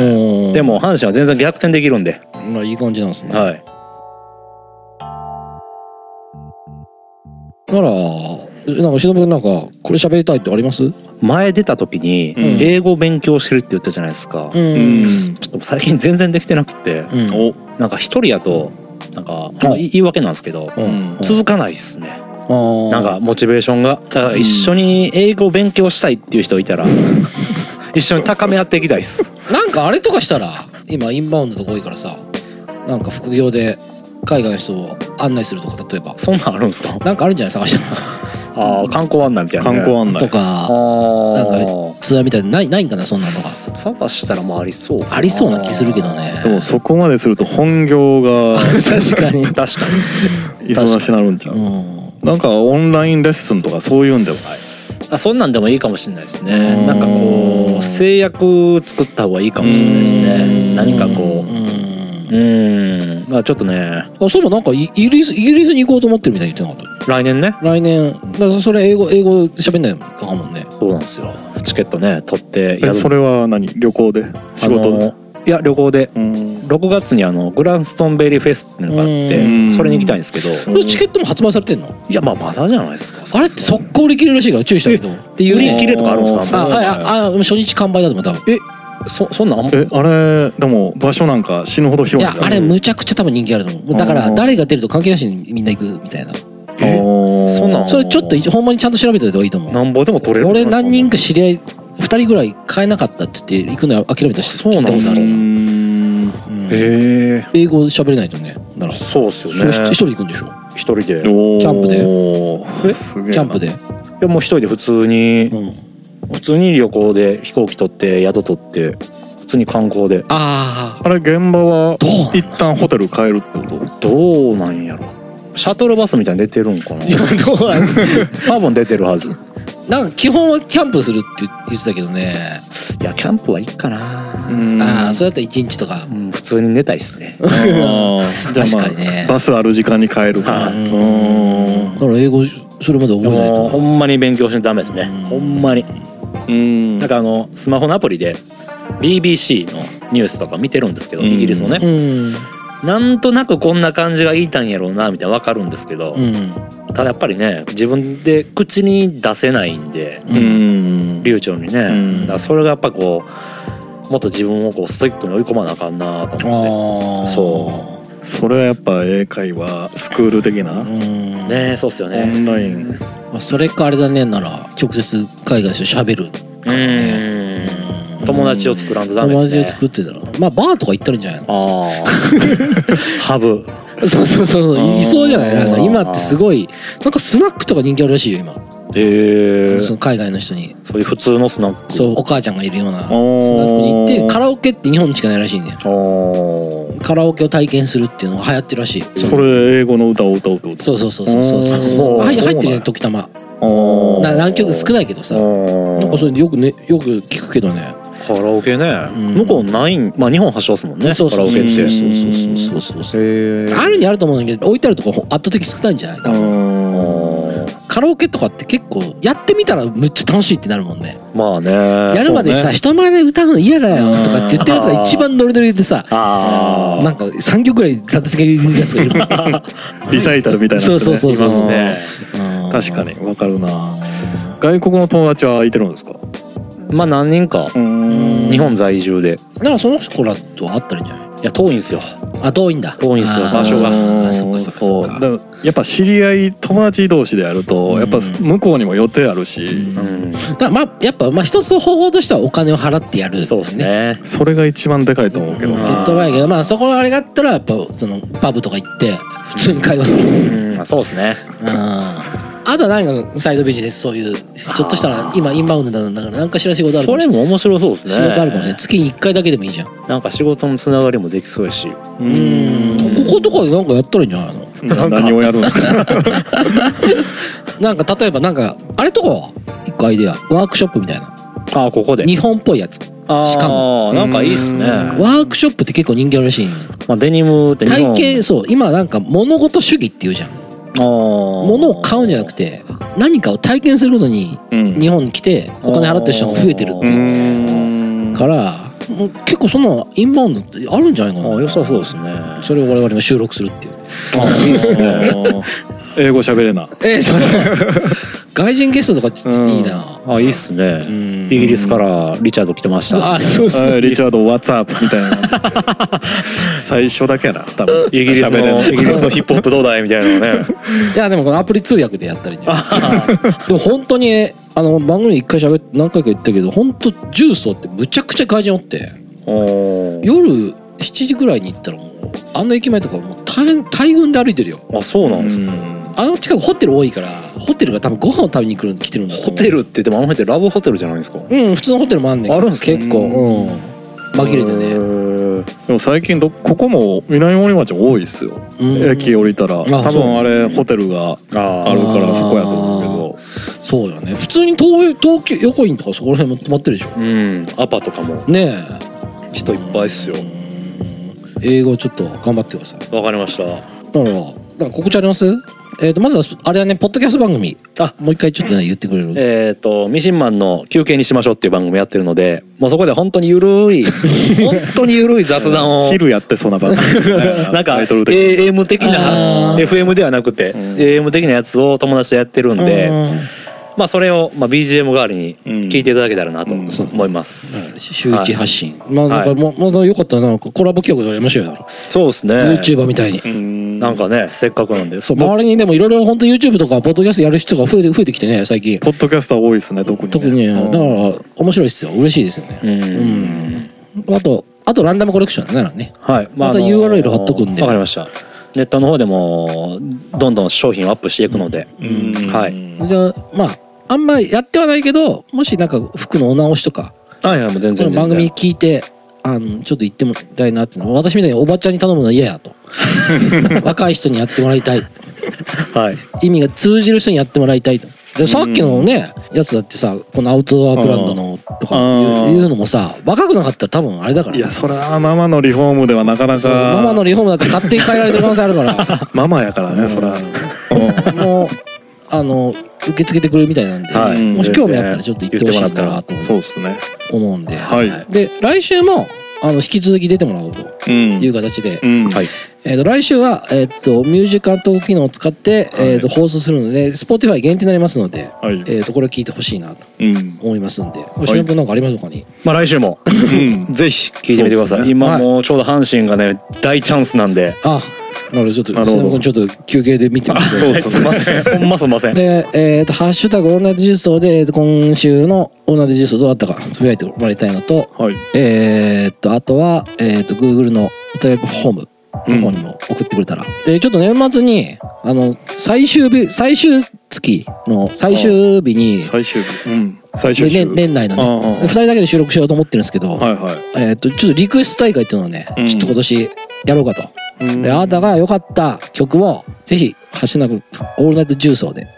A: ん。
C: でも阪神は全然逆転できるんで、
A: まあいい感じなんですね。
C: はい、
A: ならなんか忍君なんかこれ喋りたいってあります？
C: 前出た時に
B: ん
C: 英語勉強してるって言ったじゃないですか、
B: う
A: うん。
B: ん
C: ちょっと最近全然できてなくて、
A: うん
B: お
C: なんか一人やとなんか
A: うん
C: い言い訳なんですけど、
A: うん
B: うん
C: 続かないですね、
A: ああ。
C: なんかモチベーションがだから一緒に英語勉強したいっていう人いたら、一緒に高め合っていきたいです
A: なんかあれとかしたら今インバウンドとか多いからさなんか副業で海外の人を案内するとか例えば
C: そんなんあるんですか
A: なんかあるんじゃない探して
C: ああ観光案内みたいな
B: 観光
C: 案
B: 案
A: と
B: 内
A: かなん
C: あ
A: かツアーみたいなのないないんかなそんなのが
C: あ探したらもうありそうか
A: ありそうな気するけどね
B: でもそこまですると本業が
A: 確か に、
C: 確かに
B: 忙しなるんちゃ
A: う、
B: うんなんかオンラインレッスンとかそういうんでもない
C: あそんなんでもいいかもしれないです
B: うん
C: ねなんかこう制約作った方がいいかもしれないですね何かこう
A: う
C: うんまあちょっとね
A: んあそういえばなんかイイギリスイギリスに行こうと思ってるみたいに言ってなかっ
C: 来年ね
A: た来年だからそれ英語英語喋んないのかもんね
C: そうなんですよチケットね取って
B: えそれは何旅行で仕
C: あ
B: 事
C: のいや旅行で
B: うん
C: 6月にあのグランストンベリーフェスっていうのがあっ
B: う
C: て
B: ん
C: それに行きたいんですけど
A: これチケットも発売されてんの
C: いやまあまだじゃないですか
A: あれって速攻売り切れるらしいから注意したけどっていう
C: 売り
A: ね
C: 切れとかあるんです
A: あ
C: か
A: はいああもう初日完売だと思う多分
C: そそんなんあんま
B: えあれでも場所なんか死ぬほど
A: い
B: 広い
A: や
B: んだ
A: あれむちゃくちゃ多分人気あると思うもうだから
B: うん
A: 誰が出ると関係なしにみんな行くみたいな
B: え
C: そんなん
A: それちょっとほんまにちゃんと調べておいた方がいいと思う
C: なんぼでも取れる
A: 俺何人か知り合い2人ぐらい買えなかったって言って行くの諦めた人
C: そうなん
A: 聞い
C: だ
A: たことあ
B: う
A: るな、
B: ん
A: うん
C: へえ
A: 英語喋れないとねだから
C: そうっすよ
A: それ
C: ね
A: 一人行くんでしょ
C: 一人でい
B: お
A: キャンプ
B: プ
C: え
B: すげえな
A: キャンプで、
C: やもう一人で普通
A: う
C: に
A: ん、
C: 普通に旅行で飛行機取って宿取って普通に観光で
A: ああ
B: あれ現場は
A: どうなんだ
B: 一旦ホテル帰るってこと
C: どうなんやろシャトルバスみたいに出てるんかない
A: や どうなん
C: 多分出てるはず
A: なんか基本はキャンプするって言ってたけどね、
C: いやキャンプはいいかな
A: ああそ
B: れ
A: れだったら1日とか
C: うん普通に寝たいっすね
B: じゃあま
A: 確かにね
B: あバスある時間に帰るか
A: うん
B: うん
A: だから英語それまで覚えない
C: もうほ
A: と
C: んまに勉強しないとダメですね
A: うん
C: ほんまに
B: うん
C: なんかあのスマホのアプリで BBC のニュースとか見てるんですけど
B: うん
C: イギリスの
A: う
C: ね
A: ん
C: なんとなくこんな感じが言いたいんやろうなみたいな分かるんですけど
A: うん
C: ただやっぱりね自分で口に出せないんで
A: う
B: うんん
C: 流暢にね、
B: ん
C: だからそれがやっぱこうもっと自分をこうストイックに追い込まなあかんなと思っ
A: ああ
C: そ
B: それはやっぱ英会話スクール的な
A: うん
C: てねそうっすよ
B: オ
C: ね
B: ンライン
A: まあそれかあれだねなら直接海外の人しゃべる
C: う
A: からね
C: ん
A: うん
C: 友達を作らんとダメで
A: 友
C: す
A: 達を
C: ね
A: 作ってたらまあバーとか行ったらいいんじゃないの
C: ああハブ
A: そうそうそうそういそうじゃないなんか
C: あー
A: 今ってすごいなんかスナックとか人気あるらしいよ今
C: ええ
A: その海外の人に
C: そういう普通のスナック
A: そうお母ちゃんがいるようなスナ
B: おー
A: ックに行ってカラオケって日本にしかないらしいね
C: あー
A: カラオケを体験するっていうのが流行ってるらしい
B: それ英語の歌を歌うってこと
A: そうそうそうそうそうそうそう
B: おー
A: はい入って
B: そう
A: る
B: なん
A: ね
B: や
A: 時たま
B: あー
A: な何曲少ないけどさなんかそれでよくねよく聞くけどね
C: カラオケね、
A: ん
C: 向こうないんまあ日本発祥ですもんね
A: そう
C: カ
A: そ
C: ラ
A: う
C: オ
A: そう
C: ケ
A: そう
C: っ
A: そ
C: て
A: う
C: へ
A: そうそうそう
C: え
A: あるにあると思うんだけど置いてあるとこ圧倒的少ないんじゃない
B: うん
A: カラオケとかって結構やってみたらむっちゃ楽しいってなるもんね
C: まあね
A: やるまで
B: そ
A: さ、
B: うね
A: 人前で歌うの嫌だよとかって言ってるやつが一番ノリノリでさ
C: ああ
A: なんか3曲ぐらい立てつけるやつがいるもん
B: リサイタルみたいな
A: そう
B: やつね
A: そうそうそう
C: いますね
A: うん
B: 確かにわかるな外国の友達は空いてるんですか
C: まあ何人か
A: ん
C: 日本在住で
A: なんかその人らとはあったらいいんじゃない
C: いや遠いんですよ
A: あ遠いんだ
C: 遠いんすよ
A: あー
C: 場所が
A: あーそっかそっかそっか
B: うだからやっぱ知り合い友達同士でやると、
A: うん
B: やっぱ向こうにも予定ある
A: う
B: し、
A: ん
C: うん
A: だからまあやっぱまあ一つの方法としてはお金を払ってやる
C: そうですね
B: それが一番でかいと思うけど
A: うん
B: な、
A: 手っ取らないけどまあそこのあれがあったらやっぱそのパブとか行って普通に会話する、うん、
C: うんそうですね
A: あとはなんかサイドビジネスそういうちょっとしたら今インバウンドなんだから何かしら仕事あるか
C: そ
A: もしれ
C: れ
A: ない
C: も面白そうですね
A: 仕事あるかもしれない月に1回だけでもいいじゃん
C: なんか仕事のつながりもできそうやし
B: う
A: うんこことかでなんかやったらいいんじゃないの
B: な何をやるんですか
A: なんか例えばなんかあれとかは1個アイデアワークショップみたいな
C: ああここで
A: 日本っぽいやつ
C: あー
A: しかも
C: なんかいいっすね
B: うん
A: ワークショップって結構人気あるらしいね
C: まあデニムって日
A: 体
C: 本
A: 型そう今なんか物事主義っていうじゃん
C: 物
A: 物を買うんじゃなくて何かを体験することに
B: うん
A: 日本に来てお金払ってる人が増えてるって
B: う
A: い
B: ん
A: うからもう結構そんなインバウンドってあるんじゃないか
C: あ
A: な
C: あ良さそうですね
A: それを我々も収録するっていう
B: あいいっすね英語喋れな
A: ええ 外人ゲストとかちょっといいな
C: あいいっすね
A: うん
C: イギリスからリチャード来てました
A: あそうそう
B: あリチャード What's up みたいな最初だけやな多分
C: イギリス
B: 喋れ
C: の
B: な
C: イギリスのヒップホップどうだいみたい なのね
A: いやでもこのアプリ通訳でやったらいいんじゃないでも本当にあの番組で一回喋って何回か言ったけど本当ジュースってむちゃくちゃ外人おって
C: おー
A: 夜7時ぐらいに行ったらもうあの駅前とかもう大変大群で歩いてるよ
C: あそうなんですね
B: うん
A: あの近くホテル多いからホテルが多分ご飯を食べに来る来てるんだと
C: ホ
A: 思う
C: テルってでもあのホテルラブホテルじゃないんですか
A: うん普通のホテルもあんねんけど
C: あるんすか
A: 結構うん紛れて
C: へ
A: ね
C: ー
B: でも最近どここも南森町多いっすよ、
A: うん
B: 駅降りたら多
A: あそう
B: 分あれホテルがあ
C: あ
B: る
C: ー
B: からそこやと思う
A: そうよね普通に東東京横インとかそこら辺も泊まってるでしょ
C: うんアパとかも
A: ね
C: 人いっぱいっすよ
A: え英語ちょっと頑張ってください
C: わかりました
A: なるほど。なんか告知ありますえっ、と、まずは、あれはね、ポッドキャスト番組、
C: あ
A: もう一回ちょっとね言ってくれる
C: えっ、と、ミシンマンの休憩にしましょうっていう番組やってるので、もうそこで本当にゆ るい、本当にゆるい雑談を。
B: 昼やってそうな番組ですね
C: なんか
B: タイトル的に
C: AM 的
A: あ
C: な
A: ー
C: FM ではなくて、
B: ん
C: AM 的なやつを友達とやってるんで、
A: う
C: まあそれを、まあ、BGM 代わりに聞いていただけたらなと
B: うん
C: 思います、
A: ん周知発信、まあなん
C: は
A: か
C: い
A: もう、もうよかったらなんかコラボ企画でやりましょうよ、
C: そうですね
A: YouTuber みたいに、
B: うん
C: なんかねせっかくなんで
A: そう
C: 僕
A: 周りにでもいろいろ本当 YouTube とかポッドキャストやる人が増えて増えてきてね最近
B: ポッドキャスター多いですね特にね
A: 特にね、
B: うん
A: だから面白いっすよ嬉しいですよね
C: うん、
A: うんあとあとランダムコレクションだならね
C: はい、
A: また URL 貼っとくんで
C: わかりましたネットの方でもどんどん商品をアップしていくので、
B: うん
C: はい
A: じゃあまああんまやってはないけどもしなんか服のお直しとか
C: はいはいもう全
A: こ
C: 然
A: の番
C: 全
A: 組
C: 然
A: 聞いてあのちょっと言ってもらいたいなっていうのは私みたいにおばちゃんに頼むのは嫌やと若い人にやってもらいたい
C: はい
A: 意味が通じる人にやってもらいたいと。でさっきのね、やつだってさこのアウトドアブランドのとか
B: あー
A: いういうのもさ若くなかったら多分あれだから
B: いやそれはママのリフォームではなかな
A: そう
B: か
A: ママのリフォームだって勝手に変えられてる可能性ある か
B: ママやからねそれは
A: らもうあの受け付けてくれるみたいなんで、
C: はい
A: もし興味あったらちょっと行ってほしいなと
B: そうですね
A: 思うんで、
B: はい
A: で来週もあの引き続き出てもらおうと
B: うん
A: いう形で、
B: うん
C: はい
A: えー、と来週は、えー、とミュージックアントーク機能を使って、えー、と放送するので Spotify 限定になりますので、
B: はい
A: えー、とこれを聞いてほしいなと
B: うん
A: 思いますんで星野君なんかありますかに、
C: まあ来週も ぜひ聞いてみてくださ
B: そう
C: い、
B: ですね
C: 今もうちょうど阪神がね大チャンスなんで
A: あなのでちょっと
B: なる
A: 星
B: ほ
A: 野
B: ど
A: 君ちょっと休憩で見てみてくださ
B: そ
A: いう
B: です
C: すい
B: ね
C: ませんほんますいません
A: で、えー、と、ハッシュタグオールナイトジュースをで、えーと今週のオールナイトジュースどうだったか、つぶやいてもらいたいのと、
B: はい
A: えー、と、あとは、えー、と、Google のお便りホームの方にも送ってくれたら。で、ちょっと年末に、あの、最終日、最終月の最終日に、
B: 最終日うん最終
A: で
B: 週
A: 年年内の
B: あああ
A: ね
B: あ、
A: 2人だけで収録しようと思ってるんですけど、
B: はいはい
A: えー、と、ちょっとリクエスト大会っていうのをね、
B: うん
A: ちょっと今年やろうかと。
B: うん
A: で、あなたが良かった曲を、ぜひ、ハッシュタグオールナイトジュースをで、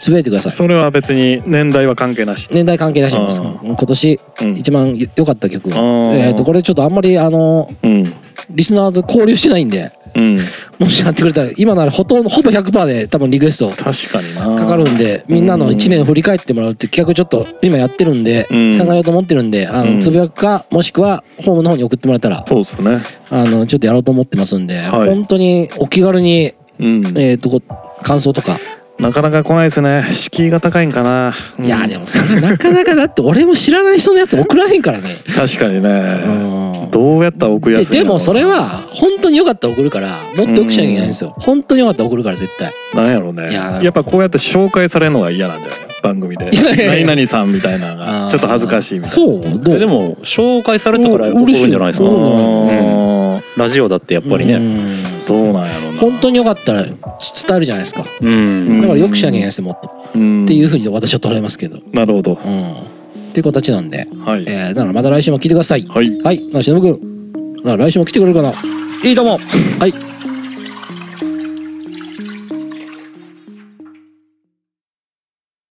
A: つぶやいてください。
B: それは別に年代は関係なし
A: 年代関係なしにです
B: あ
A: 今年
B: うん
A: 一番良かった曲、
B: あー
A: えー、とこれちょっとあんまりあの
B: うん
A: リスナーと交流してないんで
B: うん
A: もしやってくれたら今ならほとんどほぼ100%で多分リクエスト
B: 確かにな
A: かかるんでみんなの
B: うん
A: 1年を振り返ってもらうっていう企画ちょっと今やってるんで、
B: うん
A: 考えようと思ってるんであの、
B: うん
A: つぶやくかもしくはホームの方に送ってもらえたら
B: そうですね
A: あのちょっとやろうと思ってますんで、
B: はい
A: 本当にお気軽に、
B: うん
A: えー、とご感想とか、
B: なかなか来ないですね敷居が高いんかな、うん
A: いやでもそれなかなかだって俺も知らない人のやつ送らへんからね。
B: 確かにね、
A: うん
B: どうやったら送りや
A: です
B: いん
A: で
B: だろう
A: もそれは本当に良かったら送るからもっと良くしなきゃいけないんですよ本当に良かったら送るから絶対
B: なんやろうね
A: いや
B: やっぱこうやって紹介されるのが嫌なんじゃない番組で
A: いやいやいや
B: 何々さんみたいなのがちょっと恥ずかしいみたいな
A: そうどう
C: でも紹介されたから
A: お
C: 送るんじゃないです
A: 嬉しい
C: か
A: よ
B: うん
C: ラジオだってやっぱりね
A: ね
B: どうなんやろうな
A: 本当に良かったら伝えるじゃないですかだ
C: うん、
B: ん
A: から良くしなきゃいけないですよもっと
B: うん
A: っていうふうに私は捉えますけど
B: なるほど
A: うんっていう形なんで
B: はい、
A: えーだからまた来週も聞いてください
B: はい
A: はいなしのぶくんなあ来週も来てくれるかない
C: いとも
A: はい